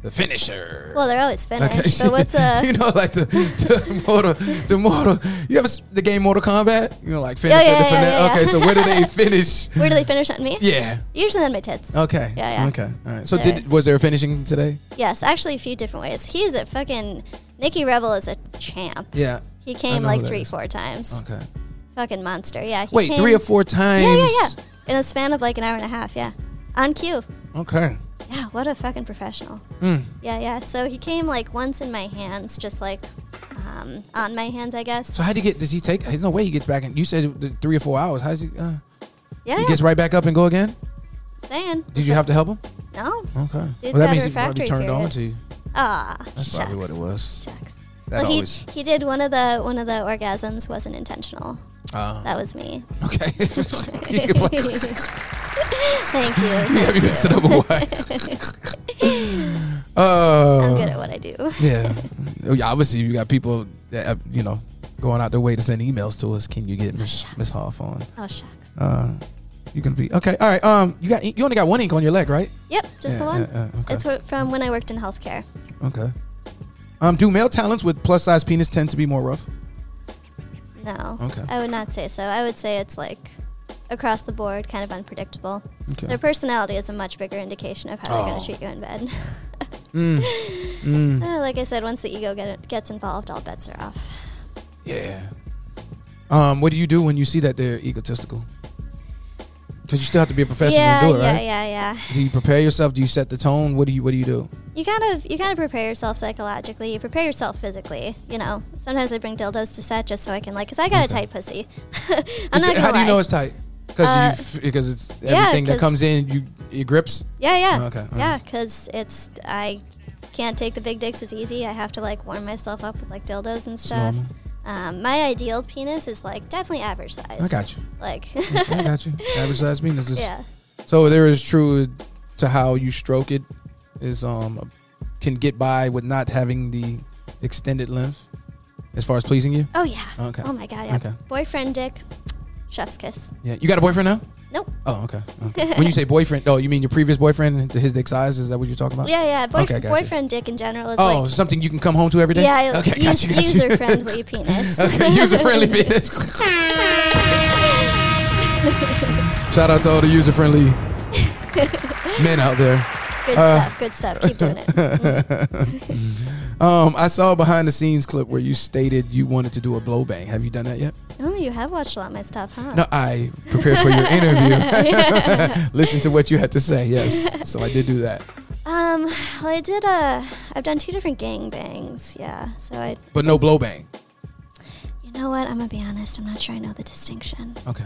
the finisher.
Well, they're always finished,
Okay.
but what's uh, a?
you know, like the, the mortal, the mortal. You ever s- the game Mortal Kombat? You know, like finish
Yeah,
at the
yeah, yeah,
finale.
yeah,
Okay,
yeah.
so where do they finish?
where do they finish on me?
Yeah. Oh.
Usually on my tits.
Okay.
Yeah, yeah.
Okay. All right. So,
Yeah.
did was there a finishing today?
Yes, actually a few different ways. He's a fucking Nikki Rebel is a champ.
Yeah.
He
I
came
know
like
who that
three,
is.
four times.
Okay.
Fucking monster. Yeah. He
Wait,
came-
three or four times.
Yeah, yeah, yeah. In a span of like an hour and a half. Yeah. On cue.
Okay.
Yeah, what a fucking professional.
Hmm.
Yeah, yeah. So he came like once in my hands, just like um, on my hands, I guess.
So how do you get? Does he take? There's no way he gets back in. You said the three or four hours. How's he? Uh,
yeah,
he
yeah.
gets right back up and go again.
saying.
Did you have to help him?
No.
Okay.
Dude's
well, that
got
means
a
he probably
refractory
turned on
period.
to you.
Ah,
That's
shucks.
probably what it was.
Shucks.
That
well, he,
always.
he did one of the one of the orgasms wasn't intentional.
Uh,
That was me.
okay. you can play.
Thank
You
you.
have me messing up a white. Oh.
I'm good at what I do.
Yeah. Oh, yeah. Obviously, you got people that uh, you know going out their way to send emails to us. Can you get Miss Miss Hoff on?
Oh shucks.
Uh, you gonna be okay. All right. Um, you got you only got one ink on your leg, right?
Yep,
Yeah,
just the one.
yeah, yeah, okay.
It's wh- from when I worked in healthcare.
Okay. Um, do male talents with plus size penis tend to be more rough?
No,
Okay.
I would not say so. I would say it's like across the board, kind of unpredictable.
Okay.
Their personality is a much bigger indication of how
Oh. Mm.
they're going to treat you in bed. Uh, like I said, once the ego get, gets involved, all bets are off.
Yeah. Um, what do you do when you see that they're egotistical? Because you still have to be a professional
yeah,
and do it,
yeah,
right?
yeah, yeah.
Do you prepare yourself? Do you set the tone? What do you What do you do?
You kind of you kind of prepare yourself psychologically. You prepare yourself physically. You know, sometimes I bring dildos to set just so I can like, cause I got a tight pussy. I'm
Is
not
it-
gonna
how do you
lie.
know it's tight? Because
Uh,
because it's
yeah,
everything that
'cause-
comes in, you it grips.
yeah, yeah,
Oh, Okay, all
yeah,
right.
cause it's I can't take the big dicks as easy. I have to like warm myself up with like dildos and stuff.
normal.
Um, my ideal penis is like definitely average size.
I got you.
Like,
I got you. Average size penis. Is,
yeah,
So there is true to how you stroke it is um can get by with not having the extended length as far as pleasing you.
oh yeah,
Okay.
oh my god, yeah.
Okay.
Boyfriend dick, chef's kiss.
Yeah. You got a boyfriend now?
Nope.
Oh, okay. okay. when you say boyfriend, oh, you mean your previous boyfriend? and His dick size? Is that what you're talking about?
Yeah, yeah. Boyf-
Okay, gotcha.
boyfriend dick in general is
Oh,
like
something you can come home to every day.
yeah,
Okay.
use-
Got you. Got you.
user friendly penis.
okay. User friendly penis. Shout out to all the user friendly men out there.
Good
Uh,
stuff. Good stuff. Keep doing it.
Um, I saw a behind the scenes clip where you stated you wanted to do a blow bang. Have you done that yet?
Oh, you have watched a lot of my stuff, huh?
No, I prepared for your interview. Listen to what you had to say. Yes, so I did do that.
Um, well, I did. Uh, I've done two different gang bangs. Yeah. So I,
But no blow bang.
you know what? I'm gonna be honest. I'm not sure I know the distinction.
Okay.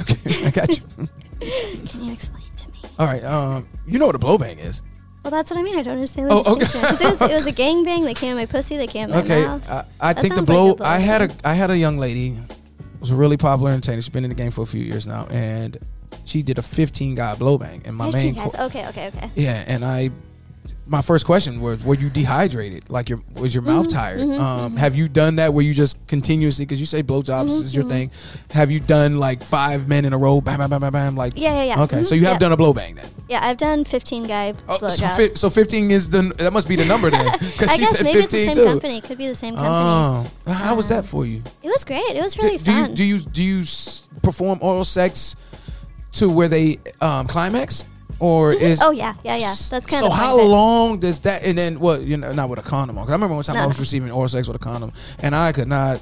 Okay, I got you.
Can you explain to me?
All right. Um, you know what a blowbang is?
Well, that's what I mean. I don't understand the
Oh, okay.
distinction. 'Cause it, was, it was a gangbang. They came in my pussy. They came in my
Okay, uh,
mouth.
I, I
That
think the
sounds like
blow.
a blow
I had a
game.
I had a young lady, was really popular entertainer. She's been in the game for a few years now, and she did a 15 guy blow bang. And my main,
Fifteen
qu-
guys. oh. Okay, okay, okay.
yeah, and I, my first question was, were you dehydrated? Like your was your
Mm-hmm,
mouth tired? um, Have you done that where you just continuously because you say blowjobs
Mm-hmm,
is your thing? Have you done like five men in a row? Bam, bam, bam, bam, bam. Like
Yeah, yeah, yeah.
Okay, so
Mhm,
you have
yeah.
done a blow bang then.
Yeah, I've done fifteen guy
Oh, so,
blowjob.
fi- so 15 is the that must be the number then because
I
she
guess
said
maybe it's the
15
same
too.
company. Could be the same company.
Oh, how was that for you?
It was great. It was
Do-
really
do,
fun.
you do you do you s- perform oral sex to where they um, climax or is
oh yeah, yeah, yeah. That's kind
so
of the
how
point it.
long does that and then well you know not with a condom on 'cause I remember one time
No,
I was
no.
receiving oral sex with a condom and I could not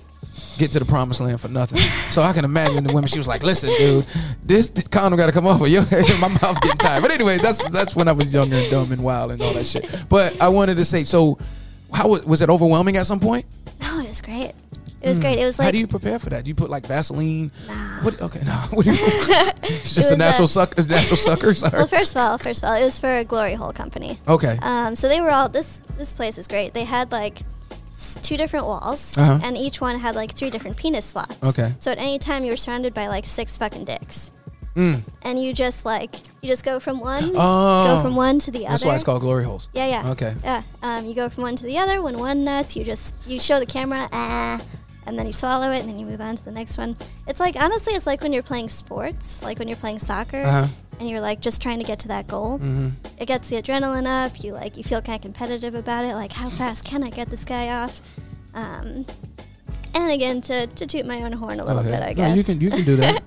get to the promised land for nothing so I can imagine the women she was like listen dude this d- condom got to come off or your my mouth getting tired but anyway that's that's when I was younger and dumb and wild and all that shit but I wanted to say so how wa- was it overwhelming at some point
No, it was great. It was great. It was
Hmm.
like
How do you prepare for that? Do you put like Vaseline? What? Okay, no. What do you? it's just a
was
natural
a-
sucker. Natural sucker. Sorry.
well, first of all, first of all, it was for a glory hole company.
okay.
Um, so they were all this. This place is great. They had like s- two different walls,
Uh-huh.
and each one had like three different penis slots.
Okay.
So at any time, you were surrounded by like six fucking dicks. And you just like you just go from one,
Hmm. Oh.
go from one to the other.
That's why it's called glory holes.
Yeah, yeah.
Okay.
Yeah. Um, you go from one to the other. When one nuts, you just you show the camera, ah, and then you swallow it, and then you move on to the next one. It's like honestly, it's like when you're playing sports, like when you're playing soccer,
Uh-huh. Mm-hmm.
and you're like just trying to get to that goal. It gets the adrenaline up. You like you feel kind of competitive about it. Like how fast can I get this guy off? Um, and again, to, to toot my own horn a little
Okay.
bit, I
No,
guess
you can you can do that.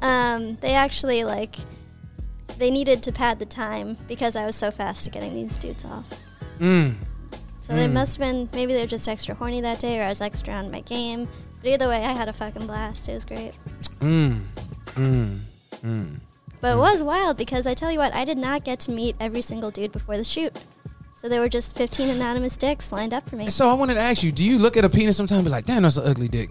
um, they actually like they needed to pad the time because I was so fast at getting these dudes off. So they must have been maybe they were just extra horny that day, or I was extra on my game. But either way, I had a fucking blast. It was great. But it was wild because I tell you what, I did not get to meet every single dude before the shoot. So there were just 15 anonymous dicks lined up for me.
so I wanted to ask you: Do you look at a penis sometimes and be like, "Damn, that's an ugly dick"?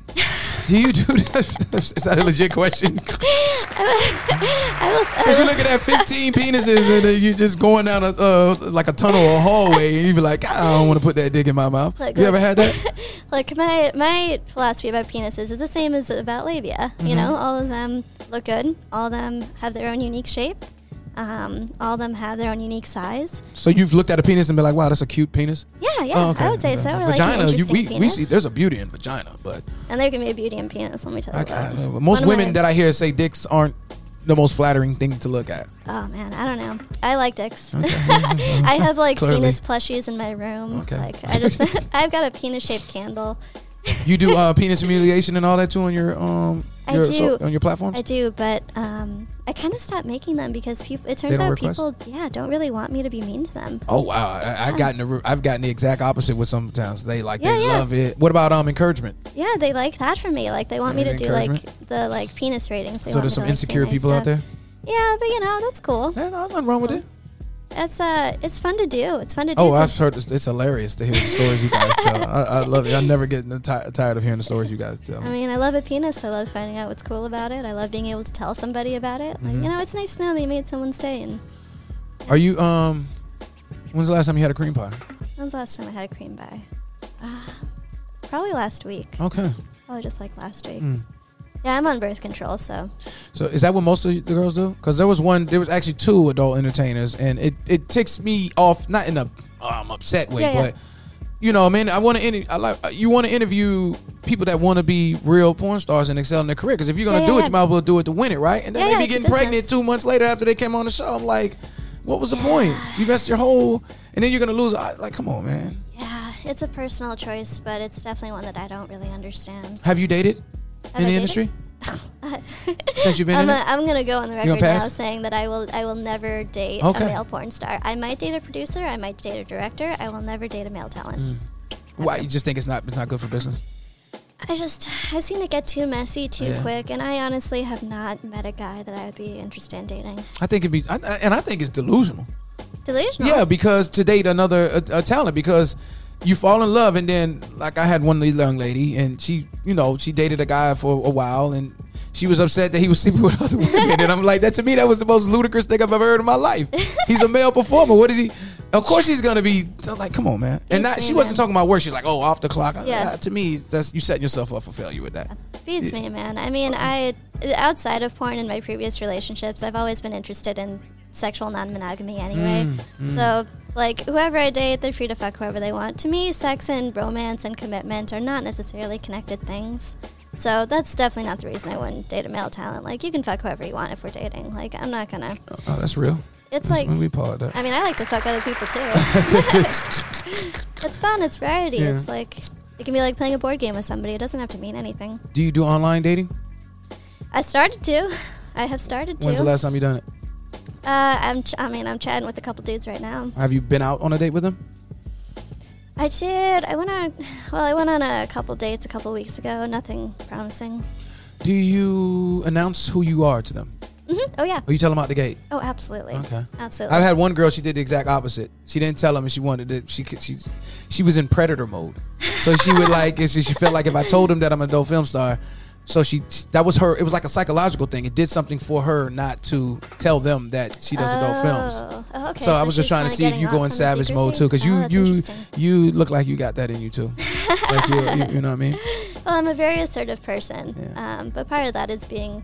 do you do that? Is that a legit question? Because
I will, I
you're
will-
looking at 15 penises and then you're just going down a uh, like a tunnel or a hallway and you be like, "God, "I don't want to put that dick in my mouth."
Like,
you
like-
ever had that?
Look, my my philosophy about penises is the same as about labia. You know,
Mm-hmm.
all of them look good. All of them have their own unique shape. Um, all of them have their own unique size.
So you've looked at a penis and been like, "Wow, that's a cute penis."
Yeah, yeah,
Oh, okay.
I would say
Okay.
so. Or like an
Vagina, you,
interesting
we,
penis.
we see there's a beauty in vagina, but
and there can be a beauty in penis. Let me tell you.
I,
what.
I- most
One of
women
my-
that I hear say dicks aren't the most flattering thing to look at.
Oh man, I don't know. I like dicks. I have like
Clearly.
penis plushies in my room.
Okay.
Like I just, I've got a penis shaped candle.
You do uh, penis humiliation and all that too on your um
I
your,
do.
on your platforms.
I do, but um, I kind of stopped making them because people. It turns
don't
out
request?
people, yeah, don't really want me to be mean to them.
Oh wow, I, I've gotten the re- I've gotten the exact opposite with sometimes they like
Yeah,
they
yeah.
love it. What about um encouragement?
Yeah, they like that from me. Like they want me to
And
do like
encouragement?
the like penis ratings. They
so
want
there's
me
some
to, like, see
insecure
my
people out
stuff.
there.
Yeah, but you know that's cool.
Yeah, no, there's nothing wrong with it.
That's uh, it's fun to do. It's fun to do.
Oh,
'cause-
I've heard it's, it's hilarious to hear the stories you guys tell. I, I love it. I never get ti- tired of hearing the stories you guys tell.
I mean, I love a penis. I love finding out what's cool about it. I love being able to tell somebody about it. Like,
Mm-hmm.
you know, it's nice to know that you made someone's day. And
Are you um? When's the last time you had a cream pie?
when's the last time I had a cream pie? Uh, probably last week.
Okay.
Probably just like last week.
Mm.
Yeah, I'm on birth control, so
So is that what most of the girls do? Because there was one, there was actually two adult entertainers, and it it ticks me off, not in a um, upset way,
Yeah, yeah.
but you know, man, I want to. Inter- I like you want to interview people that want to be real porn stars and excel in their career. Because if you're gonna
Yeah,
do
yeah,
it,
yeah.
you might as well do it to win it, right? And then
Yeah,
they
yeah,
be
it's a
getting pregnant
business.
two months later after they came on the show. I'm like, what was the point? You messed your whole, and then you're gonna lose. I- Like, come on, man.
yeah, it's a personal choice, but it's definitely one that I don't really understand.
Have you dated in
I
the
dated?
industry since you've been
I'm,
in
a,
it?
I'm gonna go on the
gonna
record now
pass?
saying that I will I will never date
Okay.
a male porn star. I might date a producer. I might date a director. I will never date a male talent.
Mm. Why you just think it's not it's not good for business?
I just I've seen it get too messy too
Yeah.
quick, and I honestly have not met a guy that I would be interested in dating.
I think it'd be, I, I- and I think it's delusional.
Delusional.
Yeah, because to date another a, a talent because you fall in love and then like I had one young lady and she you know she dated a guy for a while and She was upset that he was sleeping with other women, and I'm like, that to me, that was the most ludicrous thing I've ever heard in my life. He's a male performer. What is he? Of course, he's gonna be I'm like, come on, man. And not, she
me,
wasn't
man.
talking about work. She's like, oh, off the clock.
Yeah.
Yeah. to me, that's you setting yourself up for failure with that.
Feeds me, man. I mean, I outside of porn in my previous relationships, I've always been interested in sexual non-monogamy anyway.
Mm,
So, like whoever I date, they're free to fuck whoever they want. To me, sex and romance and commitment are not necessarily connected things. So that's definitely not the reason I wouldn't date a male talent. Like you can fuck whoever you want if we're dating. Like I'm not gonna.
Oh, that's real.
It's
That's
like
when we paused that.
I mean, I like to fuck other people too. it's fun. It's variety.
Yeah.
It's like it can be like playing a board game with somebody. It doesn't have to mean anything.
Do you do online dating?
I started to. I have started to.
When's the last time you done it?
uh, I'm. Ch- I mean, I'm chatting with a couple dudes right now.
Have you been out on a date with them?
I did. I went on. Well, I went on a couple dates a couple weeks ago. Nothing promising.
Do you announce who you are to them?
hmm Oh yeah.
Or you tell them out the gate?
Oh, absolutely.
Okay.
Absolutely.
I've had one girl. She did the exact opposite. She didn't tell him, and she wanted it. She could, she she was in predator mode. So she would like. it's just- She felt like if I told him that I'm an adult film star, so she that was her. It was like a psychological thing. It did something for her not to tell them that she does adult films.
Oh, oh, okay.
So, I was just
she's
trying to
kinda
see if
getting
you go in
off on
savage mode too, because
secrecy? Oh,
you
that's
you
interesting.
you look like you got that in you too. like you, you, you know what I mean?
Well, I'm a very assertive person,
Yeah.
um, but part of that is being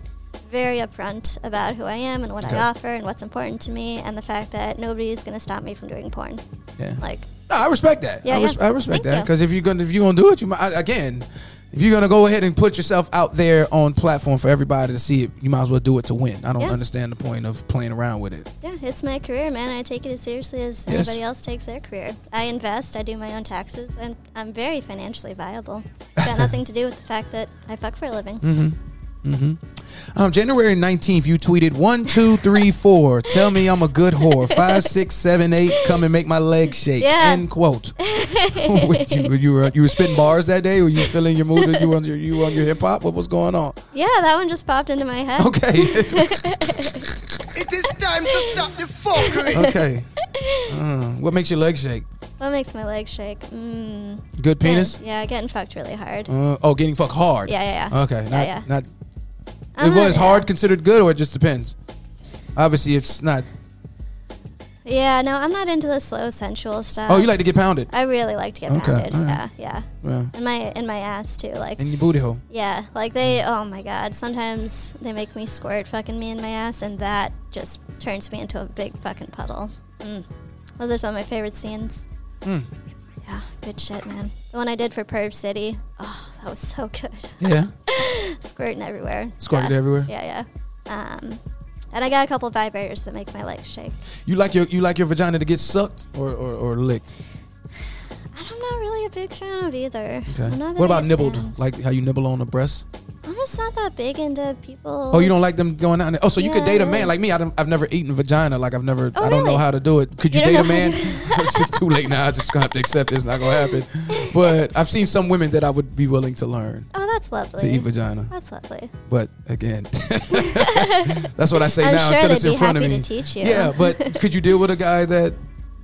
very upfront about who I am and what
Okay.
I offer and what's important to me, and the fact that nobody is going to stop me from doing porn.
Yeah.
Like,
No, I respect that.
Yeah,
I, res-
yeah.
I respect
Thank
that
you.
because if you're gonna if you're gonna do it, you might I- again. If you're gonna go ahead and put yourself out there on platform for everybody to see it, you might as well do it to win. I don't
Yeah.
understand the point of playing around with it.
yeah, it's my career, man. I take it as seriously as
Yes.
anybody else takes their career. I invest, I do my own taxes, and I'm very financially viable. It's got nothing to do with the fact that I fuck for a living.
Mm-hmm. Um, January 19th, you tweeted one, two, three, four. Tell me I'm a good whore. Five, six, seven, eight. Come and make my legs shake.
Yeah.
End quote. Wait, you, you were you were spitting bars that day? Were you feeling your mood? You were on your you were on your hip hop? What was going on?
Yeah, that one just popped into my head.
Okay.
It is time to stop the fuckery.
okay. Uh, what makes your legs shake?
What makes my legs shake? Mm,
Good penis.
Yeah, getting fucked really hard.
Uh, oh, getting fucked hard.
Yeah, yeah, yeah.
Okay,
Yeah,
not
yeah.
not.
I'm
it
not-
was hard considered good, or it just depends. Obviously, it's not.
Yeah, no, I'm not into the slow sensual stuff.
Oh, you like to get pounded
I really like to get
Okay,
pounded.
all
Yeah,
right.
yeah.
Yeah.
In my in my ass too. Like
in your booty hole.
yeah, like they. Oh my god. Sometimes they make me squirt fucking me in my ass, and that just turns me into a big fucking puddle. Mm. Those are some of my favorite scenes.
Mm.
Yeah, good shit, man. The one I did for Perv City. Oh, that was so good.
Yeah,
Squirting everywhere.
Squirting
Yeah,
everywhere?
Yeah, yeah. Um, and I got a couple vibrators that make my legs shake.
you like your you like your vagina to get sucked or or, or licked.
I'm not really a big fan of either.
Okay.
I'm not the
What about
biggest
nibbled?
fan.
Like how you nibble on the breast?
I'm just not that big into people.
Oh, you don't like them going out. There? Oh, so you could
Yeah,
date a
I
man
am.
like me. I don't, I've never eaten vagina. Like I've never.
Oh,
I don't know
really?
how to do it. Could you,
You don't
date a man?
know how to-
it's just too late now. I just gonna have to accept it's not gonna happen. But I've seen some women that I would be willing to learn
Oh, that's lovely.
to eat vagina.
That's lovely.
But again, that's what I say
I'm
now
sure
until
they'd
it's in
be
front of
happy
me.
to teach you.
Yeah, but could you deal with a guy that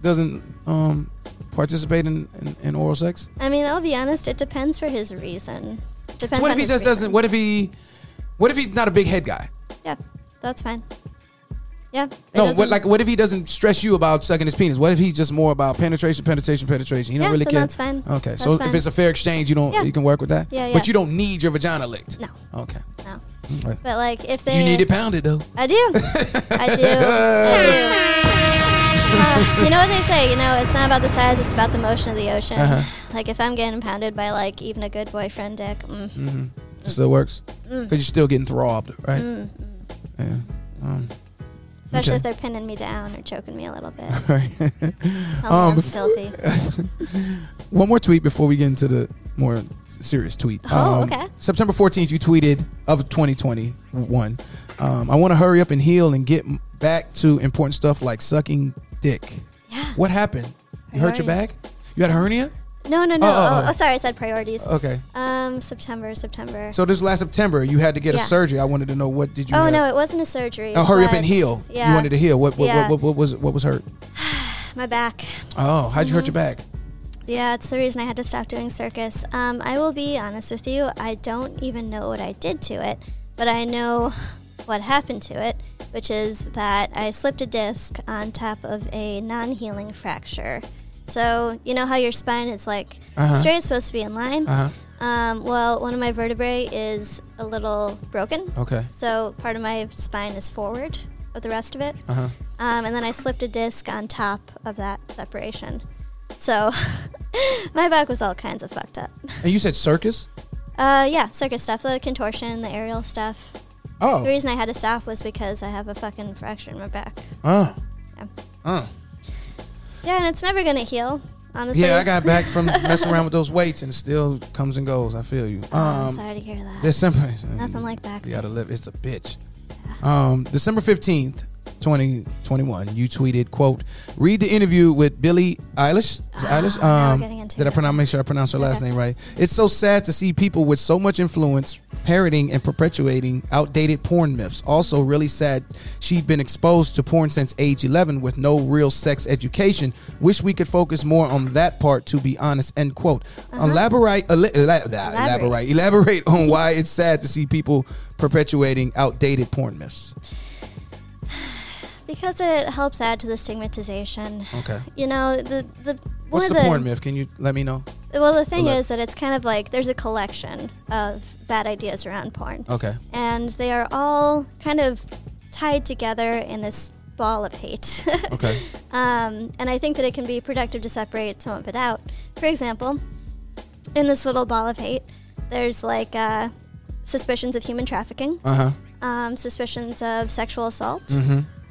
doesn't um, participate in, in, in oral sex?
I mean, I'll be honest. It depends for his reason. Depends.
what if
on
he
his
just
reason.
doesn't? What if he? What if he's not a big head guy?
Yeah, that's fine. Yeah. it
No,
doesn't-
what like what if he doesn't stress you about sucking his penis? What if he's just more about penetration, penetration, penetration? You don't
Yeah,
really
then
care.
that's fine.
Okay,
That's
so if
fine.
it's a fair exchange, you don't
Yeah.
you can work with that.
Yeah, yeah.
But you don't need your vagina licked.
No,
Okay.
no.
Okay.
But like, if they
You need it pounded though.
I do. I do. I do. Uh, you know what they say? You know, it's not about the size; it's about the motion of the ocean.
Uh-huh.
Like if I'm getting pounded by like even a good boyfriend dick, mm,
It still works because you're still getting throbbed, right?
Mm,
Yeah. Um,
especially
Okay.
if they're pinning me down or choking me a little bit,
right.
tell
Um,
me I'm
bef-
filthy.
One more tweet before we get into the more serious tweet. Um,
Oh, okay.
September 14th, you tweeted of 2021. Um, I want to hurry up and heal and get m- back to important stuff like sucking dick.
Yeah.
What happened? You hurt your
Priorities.
back? You had a hernia?
No, no, no.
Oh,
Oh,
oh, oh.
oh, sorry, I said priorities.
Okay.
Um, September, September.
So this last September, you had to get a
Yeah.
surgery. I wanted to know what did you?
oh
have?
no, it wasn't a surgery.
Oh, hurry up
but-
and heal.
Yeah,
You wanted to heal. What? What?
Yeah.
What, what, what was? What was hurt?
my back.
Oh, how'd you hurt your
Mm-hmm.
back?
Yeah, it's the reason I had to stop doing circus. Um, I will be honest with you, I don't even know what I did to it. but I know what happened to it, which is that I slipped a disc on top of a non healing fracture. So, you know how your spine is like straight, it's supposed to be in line? Um, well, one of my vertebrae is a little broken.
Okay.
So part of my spine is forward with the rest of it. Um, and then I slipped a disc on top of that separation. So my back was all kinds of fucked up.
And you said circus?
Uh, yeah, circus stuff, the contortion, the aerial stuff. The
Oh.
reason I had to stop was because I have a fucking fracture in my back.
Uh.
Yeah,
Uh.
yeah and it's never gonna heal, honestly.
Yeah, I got back from messing around with those weights and still comes and goes. I feel you.
Oh,
Um,
sorry to hear that.
December.
Nothing like back.
You gotta live. It's a bitch. Um, December fifteenth, twenty twenty one. You tweeted, "quote Read the interview with Billie Eilish. Is it Eilish.
Ah, now we're
Um,
getting into
did I
it.
pronounce? Make sure I pronounce her last name right. It's so sad to see people with so much influence parroting and perpetuating outdated porn myths. Also, really sad she'd been exposed to porn since age eleven with no real sex education. Wish we could focus more on that part. To be honest, end quote. Um, Elaborate. Ele- ela- elaborate.
Elaborate.
Right. Elaborate on why it's sad to see people perpetuating outdated porn myths.
Because it helps add to the stigmatization.
Okay.
You know, the the one
What's
of
the,
the
porn myth? Can you let me know?
Well, the thing
Well, that-
is that it's kind of like there's a collection of bad ideas around porn.
Okay.
And they are all kind of tied together in this ball of hate.
Okay.
um, and I think that it can be productive to separate some of it out. For example, in this little ball of hate, there's like uh, suspicions of human trafficking,
Uh huh.
um, suspicions of sexual assault,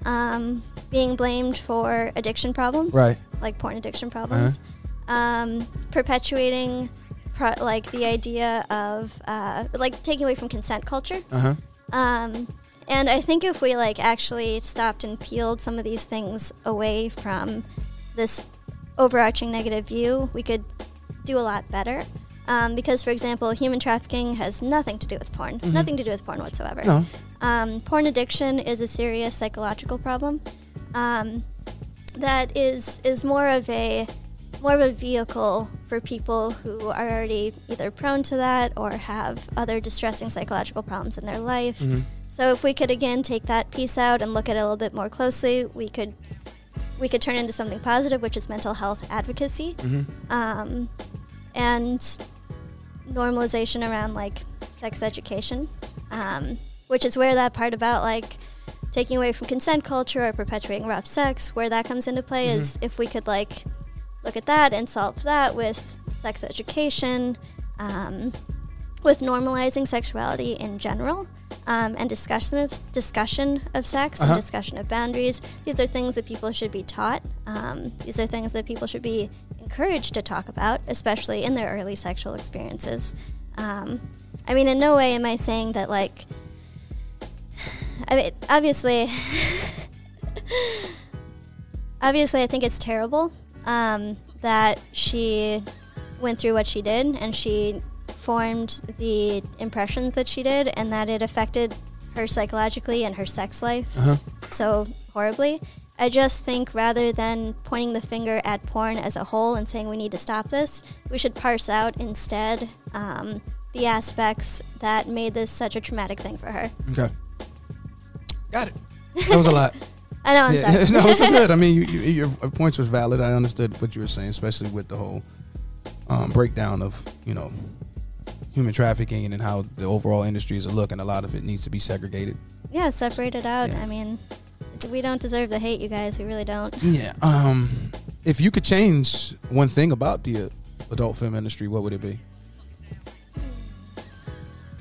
um, being blamed for addiction problems,
Right.
Like porn addiction problems, um, perpetuating pro- like the idea of uh, like taking away from consent culture.
Uh huh.
Um, and I think if we like actually stopped and peeled some of these things away from this overarching negative view, we could do a lot better. Um, because, for example, human trafficking has nothing to do with porn, nothing to do with porn whatsoever.
No.
Um, porn addiction is a serious psychological problem um, that is is more of a more of a vehicle for people who are already either prone to that or have other distressing psychological problems in their life. So if we could again take that piece out and look at it a little bit more closely, we could we could turn into something positive, which is mental health advocacy um, and normalization around like sex education, um, which is where that part about like taking away from consent culture or perpetuating rough sex, where that comes into play is if we could like look at that and solve that with sex education, um, with normalizing sexuality in general, um, and discussion of discussion of sex and discussion of boundaries. These are things that people should be taught. Um, these are things that people should be encouraged to talk about, especially in their early sexual experiences. Um, I mean, in no way am I saying that like. I mean, obviously, obviously, I think it's terrible um, that she went through what she did and she formed the impressions that she did and that it affected her psychologically and her sex life
Uh-huh.
so horribly. I just think rather than pointing the finger at porn as a whole and saying we need to stop this, we should parse out instead um, the aspects that made this such a traumatic thing for her.
Okay. Got it. That was a lot.
I know, I'm
yeah.
sorry.
no, it's good. I mean, you, you, your points was valid. I understood what you were saying, especially with the whole um, breakdown of you know human trafficking and how the overall industries are looking. A lot of it needs to be segregated.
Yeah, separate it out.
Yeah.
I mean, we don't deserve the hate, you guys. We really don't.
Yeah. Um, if you could change one thing about the uh, adult film industry, what would it be?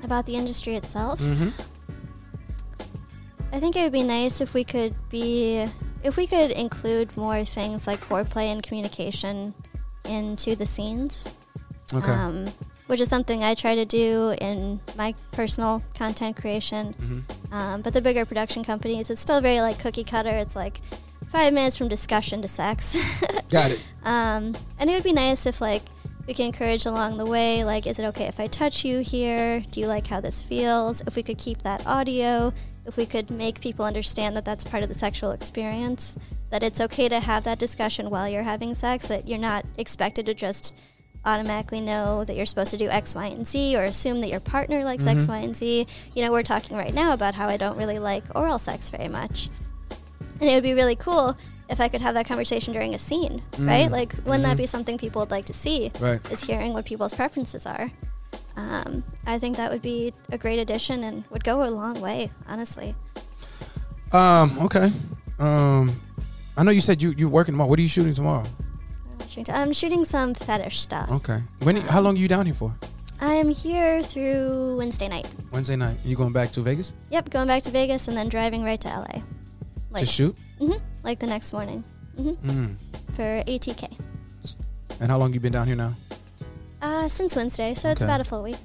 About the industry itself, I think it would be nice if we could be, if we could include more things like foreplay and communication into the scenes.
Okay.
um, which is something I try to do in my personal content creation. Um, but the bigger production companies, it's still very like cookie cutter. It's like five minutes from discussion to sex.
Got it.
um, and it would be nice if like we can encourage along the way. Like, is it okay if I touch you here? Do you like how this feels? If we could keep that audio, if we could make people understand that that's part of the sexual experience, that it's okay to have that discussion while you're having sex, that you're not expected to just automatically know that you're supposed to do X, Y, and Z or assume that your partner likes X, Y, and Z. You know, we're talking right now about how I don't really like oral sex very much. And it would be really cool if I could have that conversation during a scene, right? Like, wouldn't that be something people would like to see?
Mm. Mm-hmm. Right.
Is hearing what people's preferences are. Um, I think that would be a great addition and would go a long way, honestly.
Um, okay. Um, I know you said you you working tomorrow. What are you shooting tomorrow?
I'm shooting some fetish stuff.
Okay. When? How long are you down here for?
I'm here through Wednesday night.
Wednesday night. You going back to Vegas
Yep, going back to Vegas and then driving right to LA. Like,
to shoot? Mm.
hmm like the next morning. hmm For ATK.
And how long you been down here now?
Uh, since Wednesday, so it's
Okay.
about a full week.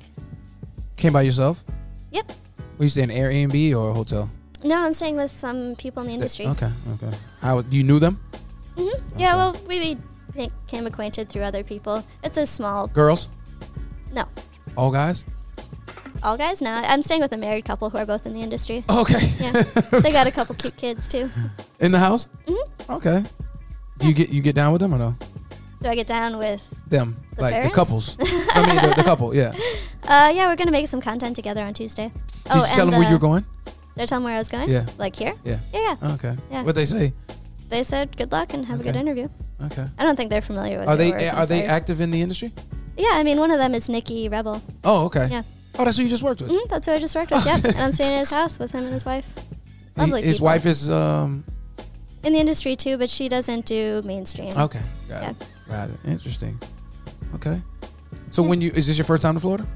Came by yourself?
Yep.
Were you staying Airbnb or a hotel?
No, I'm staying with some people in the industry.
Okay. Okay. How you knew them?
hmm Yeah, well, we became acquainted through other people. It's a small.
Girls?
No,
All guys?
all guys now. I'm staying with a married couple who are both in the industry.
Okay.
Yeah, they got a couple cute kids too.
In the house?
Mhm.
Okay. Do you get you get down with them or no?
Do I get down with?
Them.
The
like
parents?
the couples. I mean the, the couple, yeah. Did
Uh, yeah, we're gonna make some content together on Tuesday. Oh, uh, Did
you tell them where you were going?
Did I tell them where I was going?
Yeah.
Like here?
Yeah.
Yeah. yeah.
Okay.
Yeah.
What they say?
They said good luck and have a
Okay.
good interview.
Okay.
I don't think they're familiar with.
Are
the
they eh,
origin
are they
story.
active in the industry?
yeah, I mean, one of them is Nikki Rebel.
Oh, okay.
Yeah.
Oh, that's who you just worked with.
Mm, that's who I just worked with. Yep. and I'm staying at his house with him and his wife.
He-
Lovely.
His
people.
wife is um
in the industry too, but she doesn't do mainstream.
okay. Got
Yeah.
it. Got it. Interesting. Okay. So when you is this your first time to Florida?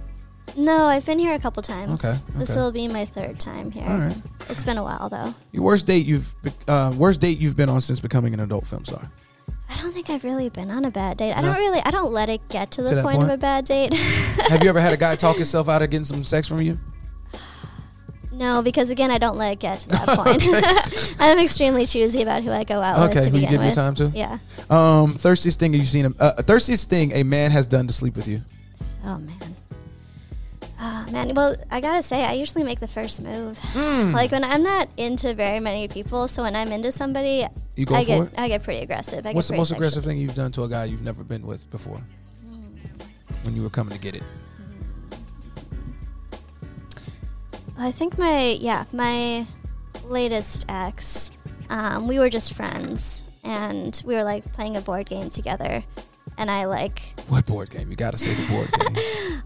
No, I've been here a couple times.
Okay,
This
okay.
will be my third time here.
All right.
It's been a while though.
Your worst date you've be- uh, worst date you've been on since becoming an adult film star.
I don't think I've really been on a bad date. I
No?
don't really. I don't let it get to the
that
point,
point?
of a bad date.
Have you ever had a guy talk himself out of getting some sex from you?
no, because again, I don't let it get to that point. I'm extremely choosy about who I go out
Okay,
with. to
who you
begin
give your
with.
time to?
Yeah.
Um, thirstiest thing you've seen, a uh, thirstiest thing a man has done to sleep with you.
Oh man. Oh man. Well, I gotta say, I usually make the first move.
Hmm.
Like when I'm not into very many people, so when I'm into somebody,
You go
I
for
get
it?
I get pretty aggressive. I
What's the
get
most
pretty
aggressive thing you've done to a guy you've never been with before?
Hmm.
When you were coming to get it.
sexual. I think my yeah my latest ex, um, we were just friends, and we were like playing a board game together, and I like
What board game? You gotta say the board game.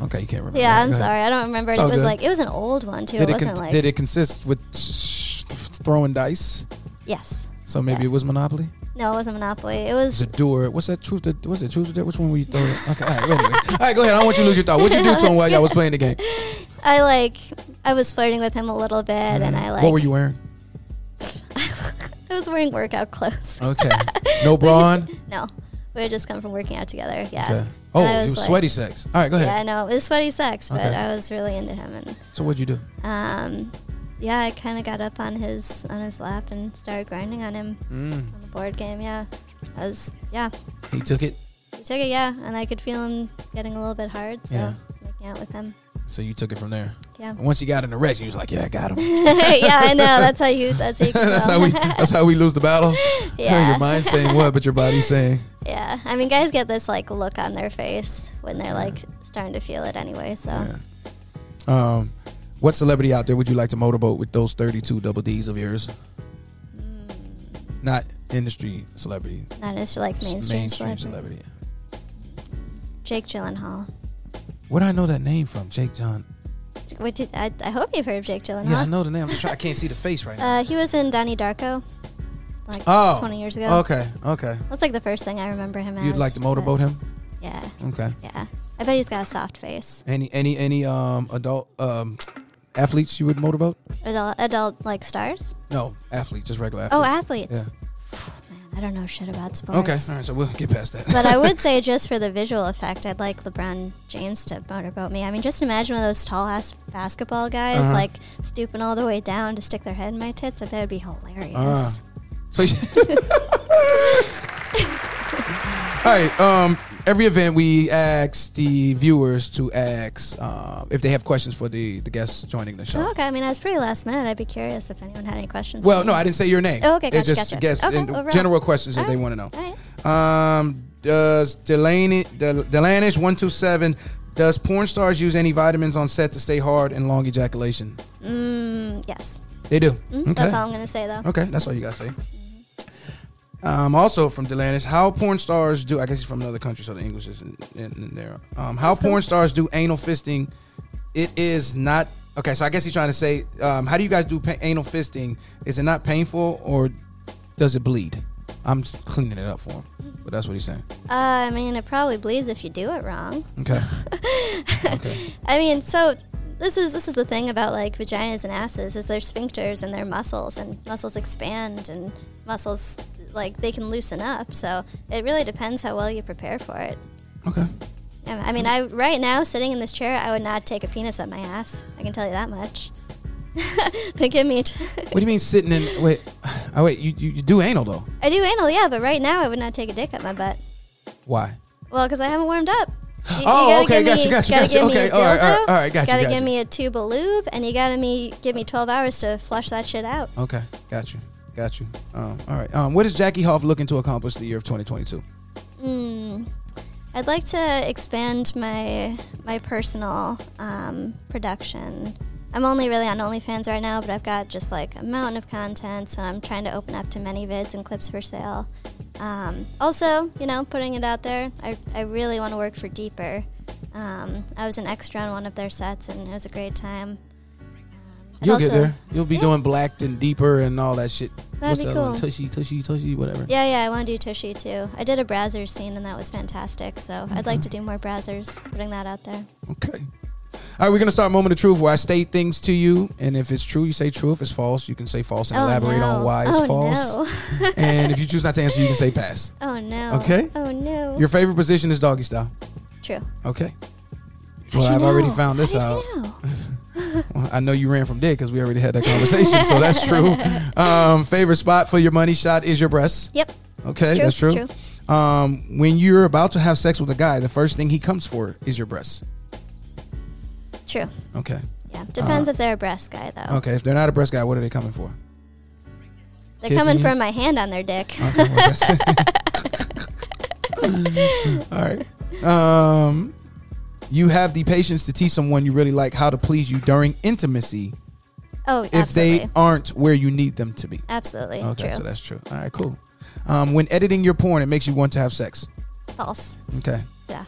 Okay, you can't remember.
yeah
Go
I'm
ahead.
sorry I don't remember it.
Oh It's all
It was
good.
like it was an old one too.
Did
it
it,
wasn't
con-
like
did it consist with sh- throwing dice?
yes.
So maybe
Yeah.
it was Monopoly.
No, it was a monopoly. It was
It's a door. What's that truth? That what's that truth? That which one were you throwing? Okay, all right, well, anyway. all right. Go ahead. I don't want you to lose your thought. What'd you do to him while y'all was playing the game?
I like I was flirting with him a little bit, and I like
What were you wearing?
I was wearing workout clothes.
Okay, no bra on.
No, we had just come from working out together. Yeah.
Okay.
And
Oh,
I
it was
like-
sweaty sex. All right, go ahead.
Yeah, I know it was sweaty sex, but
Okay.
I was really into him,
So what'd you do?
and um, yeah, I kind of got up on his on his lap and started grinding on him
Mm.
on the board game. Yeah, I was yeah,
He took it.
he took it. Yeah, and I could feel him getting a little bit hard, so
Yeah.
I was making out with him.
So you took it from there.
Yeah,
And once he got an erection, he was like, "Yeah, I got him."
yeah, I know. That's how you. That's how you. Can
that's
tell.
how we. That's how we lose the battle.
Yeah.
Your mind's saying what, but your body's saying.
Yeah, I mean, guys get this like look on their face when they're like starting to feel it anyway. So
Yeah. Um, what celebrity out there would you like to motorboat with those thirty-two double D's of yours?
Mm.
Not industry celebrity,
that is like
just
mainstream,
mainstream
celebrity.
celebrity.
Jake Gyllenhaal.
Where do I know that name from? Jake John.
What did, I, I hope you've heard of Jake Gyllenhaal.
Yeah, I know the name. I'm just trying, I can't see the face right now.
Uh, he was in Donnie Darko, like
oh,
20 years ago.
Okay, okay.
That's like the first thing I remember him as.
You'd like to motorboat him?
but- Yeah,
Okay.
yeah. I bet he's got a soft face.
Any any any um adult um athletes you would motorboat?
Adult, adult like stars.
No, athlete, just regular
Oh,
athletes.
athletes. Man, I don't know shit about sports.
okay, all right, so we'll get past that.
but I would say just for the visual effect, I'd like LeBron James to motorboat me. I mean, just imagine one of those tall ass basketball guys
Uh-huh.
like stooping all the way down to stick their head in my tits. I bet it'd be hilarious.
Uh. so All right, um every event we ask the viewers to ask um, if they have questions for the the guests joining the show.
Oh, okay, I mean, I was pretty last minute. I'd be curious if anyone had any questions.
Ah.
for
Well,
me.
no, I didn't say your name.
Oh, okay,
it's
gotcha,
just
gotcha.
guests
Okay,
and
overall.
general questions that
All
they
right,
want to know.
all right.
Um, Does Delaney Del- Delanish one two seven? Does porn stars use any vitamins on set to stay hard and long ejaculation?
Yes.
They do. okay.
Mm-hmm. That's all I'm going to say, though.
Okay, that's all you gotta say. Um, also from Delanis, how porn stars do? I guess he's from another country, so the English isn't in, in there. Um, how porn stars do anal fisting? It is not okay. So I guess he's trying to say, um, how do you guys do pa- anal fisting? Is it not painful or does it bleed? I'm s- cleaning it up for him, but that's what he's saying.
Uh, I mean, it probably bleeds if you do it wrong.
Okay. okay.
I mean, so this is this is the thing about like vaginas and asses is their sphincters and their muscles and muscles expand and muscles like they can loosen up. So it really depends how well you prepare for it.
Okay.
Yeah, I mean, I right now sitting in this chair, I would not take a penis up my ass. I can tell you that much. but give me, t-
What do you mean sitting in? Wait, oh wait, you, you, you do anal though?
I do anal, yeah, but right now I would not take a dick up my butt.
Why?
Well, because I haven't warmed up. You, you
Oh,
gotta
okay,
give
gotcha, gotcha,
gotta
gotcha,
give me
okay,
a
all right, all right,
dildo,
all right, gotcha,
Gotta
gotcha.
give me a tube of lube, and you gotta me give me twelve hours to flush that shit out.
Okay, got you, got you. Um, all right. Um, what is Jackie Hoff looking to accomplish the year of 2022?
I'd like to expand my my personal um, production. I'm only really on OnlyFans right now, but I've got just like a mountain of content, so I'm trying to open up to many vids and clips for sale. Um, also, you know, putting it out there, I, I really want to work for Deeper. Um, I was an extra on one of their sets, and it was a great time. Um, I'd
You'll get
also-
there. You'll be
Yeah.
doing blacked and deeper and all that shit.
That'd
What's
be
that
cool.
one? Tushy, tushy, tushy, whatever.
Yeah, yeah, I want to do Tushy too. I did a browser scene, and that was fantastic. So I'd
Mm-hmm.
like to do more browsers, putting that out there.
Okay. All right, we're gonna start moment of truth where I state things to you, and if it's true, you say true. If it's false, you can say false and
Oh,
elaborate on
no.
why it's
Oh,
false.
no.
and if you choose not to answer, you can say pass.
Oh no.
Okay.
Oh no.
Your favorite position is doggy style.
True.
Okay.
How'd
Well,
you
I've already
know?
found this
How
out.
did you know?
Well, I know you ran from dick because we already had that conversation, so that's true. Um, favorite spot for your money shot is your breasts.
Yep.
Okay,
True,
that's true.
true.
Um, when you're about to have sex with a guy, the first thing he comes for is your breasts.
True.
Okay.
Yeah. Depends if they're a breast guy though.
Uh, Okay. If they're not a breast guy, what are they coming for?
They're
kissing
coming
you? Uh,
from my hand on their dick.
Okay, well, that's- All right. Um, you have the patience to teach someone you really like how to please you during intimacy
Oh,
if
absolutely.
they aren't where you need them to be.
absolutely.
Okay,
true.
so that's true. All right, cool. Um, when editing your porn, it makes you want to have sex.
False.
Okay.
Yeah.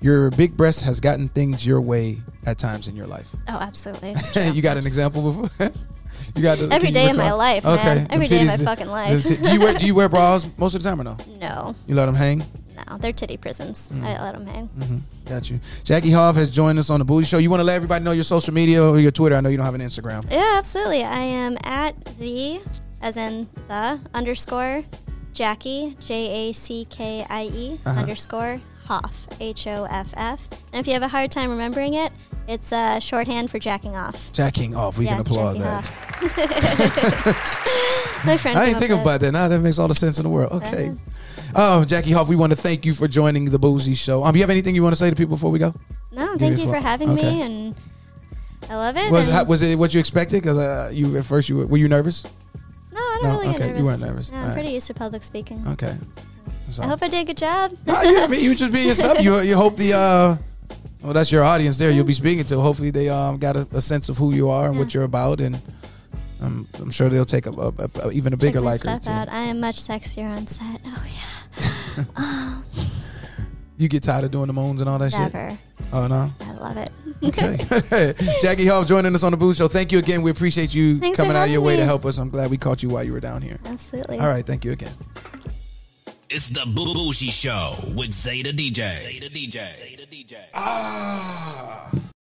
Your big breast has gotten things your way at times in your life.
Oh, absolutely.
you got an example before? you got the-
Every
can
day
you
of my
recall?
life, man.
Okay,
Every
them
day of my
titties-
fucking life.
them tit- do you wear do you wear bras most of the time or no?
No,
You let them hang.
no, they're titty prisons.
Mm.
I let them hang.
Got you. Jackie Hoff has joined us on the Booty Show. You want to let everybody know your social media or your Twitter? I know you don't have an Instagram.
Yeah, absolutely. I am at the, as in the underscore, Jackie J A C K I E
Uh-huh.
underscore Hoff H O F F. And if you have a hard time remembering it, it's uh, shorthand for jacking off.
Jacking off. We can applaud
jacking
that.
off. My friend.
I
came
didn't
up
think
with-
about that. Now that makes all the sense in the world.
Uh-huh.
Okay. Oh, Jackie Hoff, we want to thank you for joining the Boozy Show. Um, you have anything you want to say to people before we go?
No,
me
thank
a
you for
floor.
having
Okay.
me, and I love it.
Was
and-
how, was it what you expected? Because uh, you at first you were, were you nervous?
no, I
no,
don't really
okay,
get
you
nervous.
weren't nervous.
No, I'm
All right.
pretty used to public speaking.
Okay. So.
I hope I did a good job.
Oh, yeah, I mean, you just being yourself. You you hope the uh, well, that's your audience there. You'll be speaking to. Hopefully, they um got a, a sense of who you are and what you're about, and um, I'm sure they'll take a, a, a- a- even a
Check
bigger
my
liker.
stuff
to-
out. I am much sexier on set. Oh yeah,
You get tired of doing the moans and all that shit.
never.
Oh no.
I love it.
Okay. Jackie Hall joining us on the Boo Show. Thank you again. We appreciate you
Thanks for
coming out of your
having
way to
me.
help us. I'm glad we caught you while you were down here.
Absolutely.
All right. Thank you again.
It's the Boo Boozy Show with Zeta DJ. Zeta DJ. Zeta DJ.
Ah.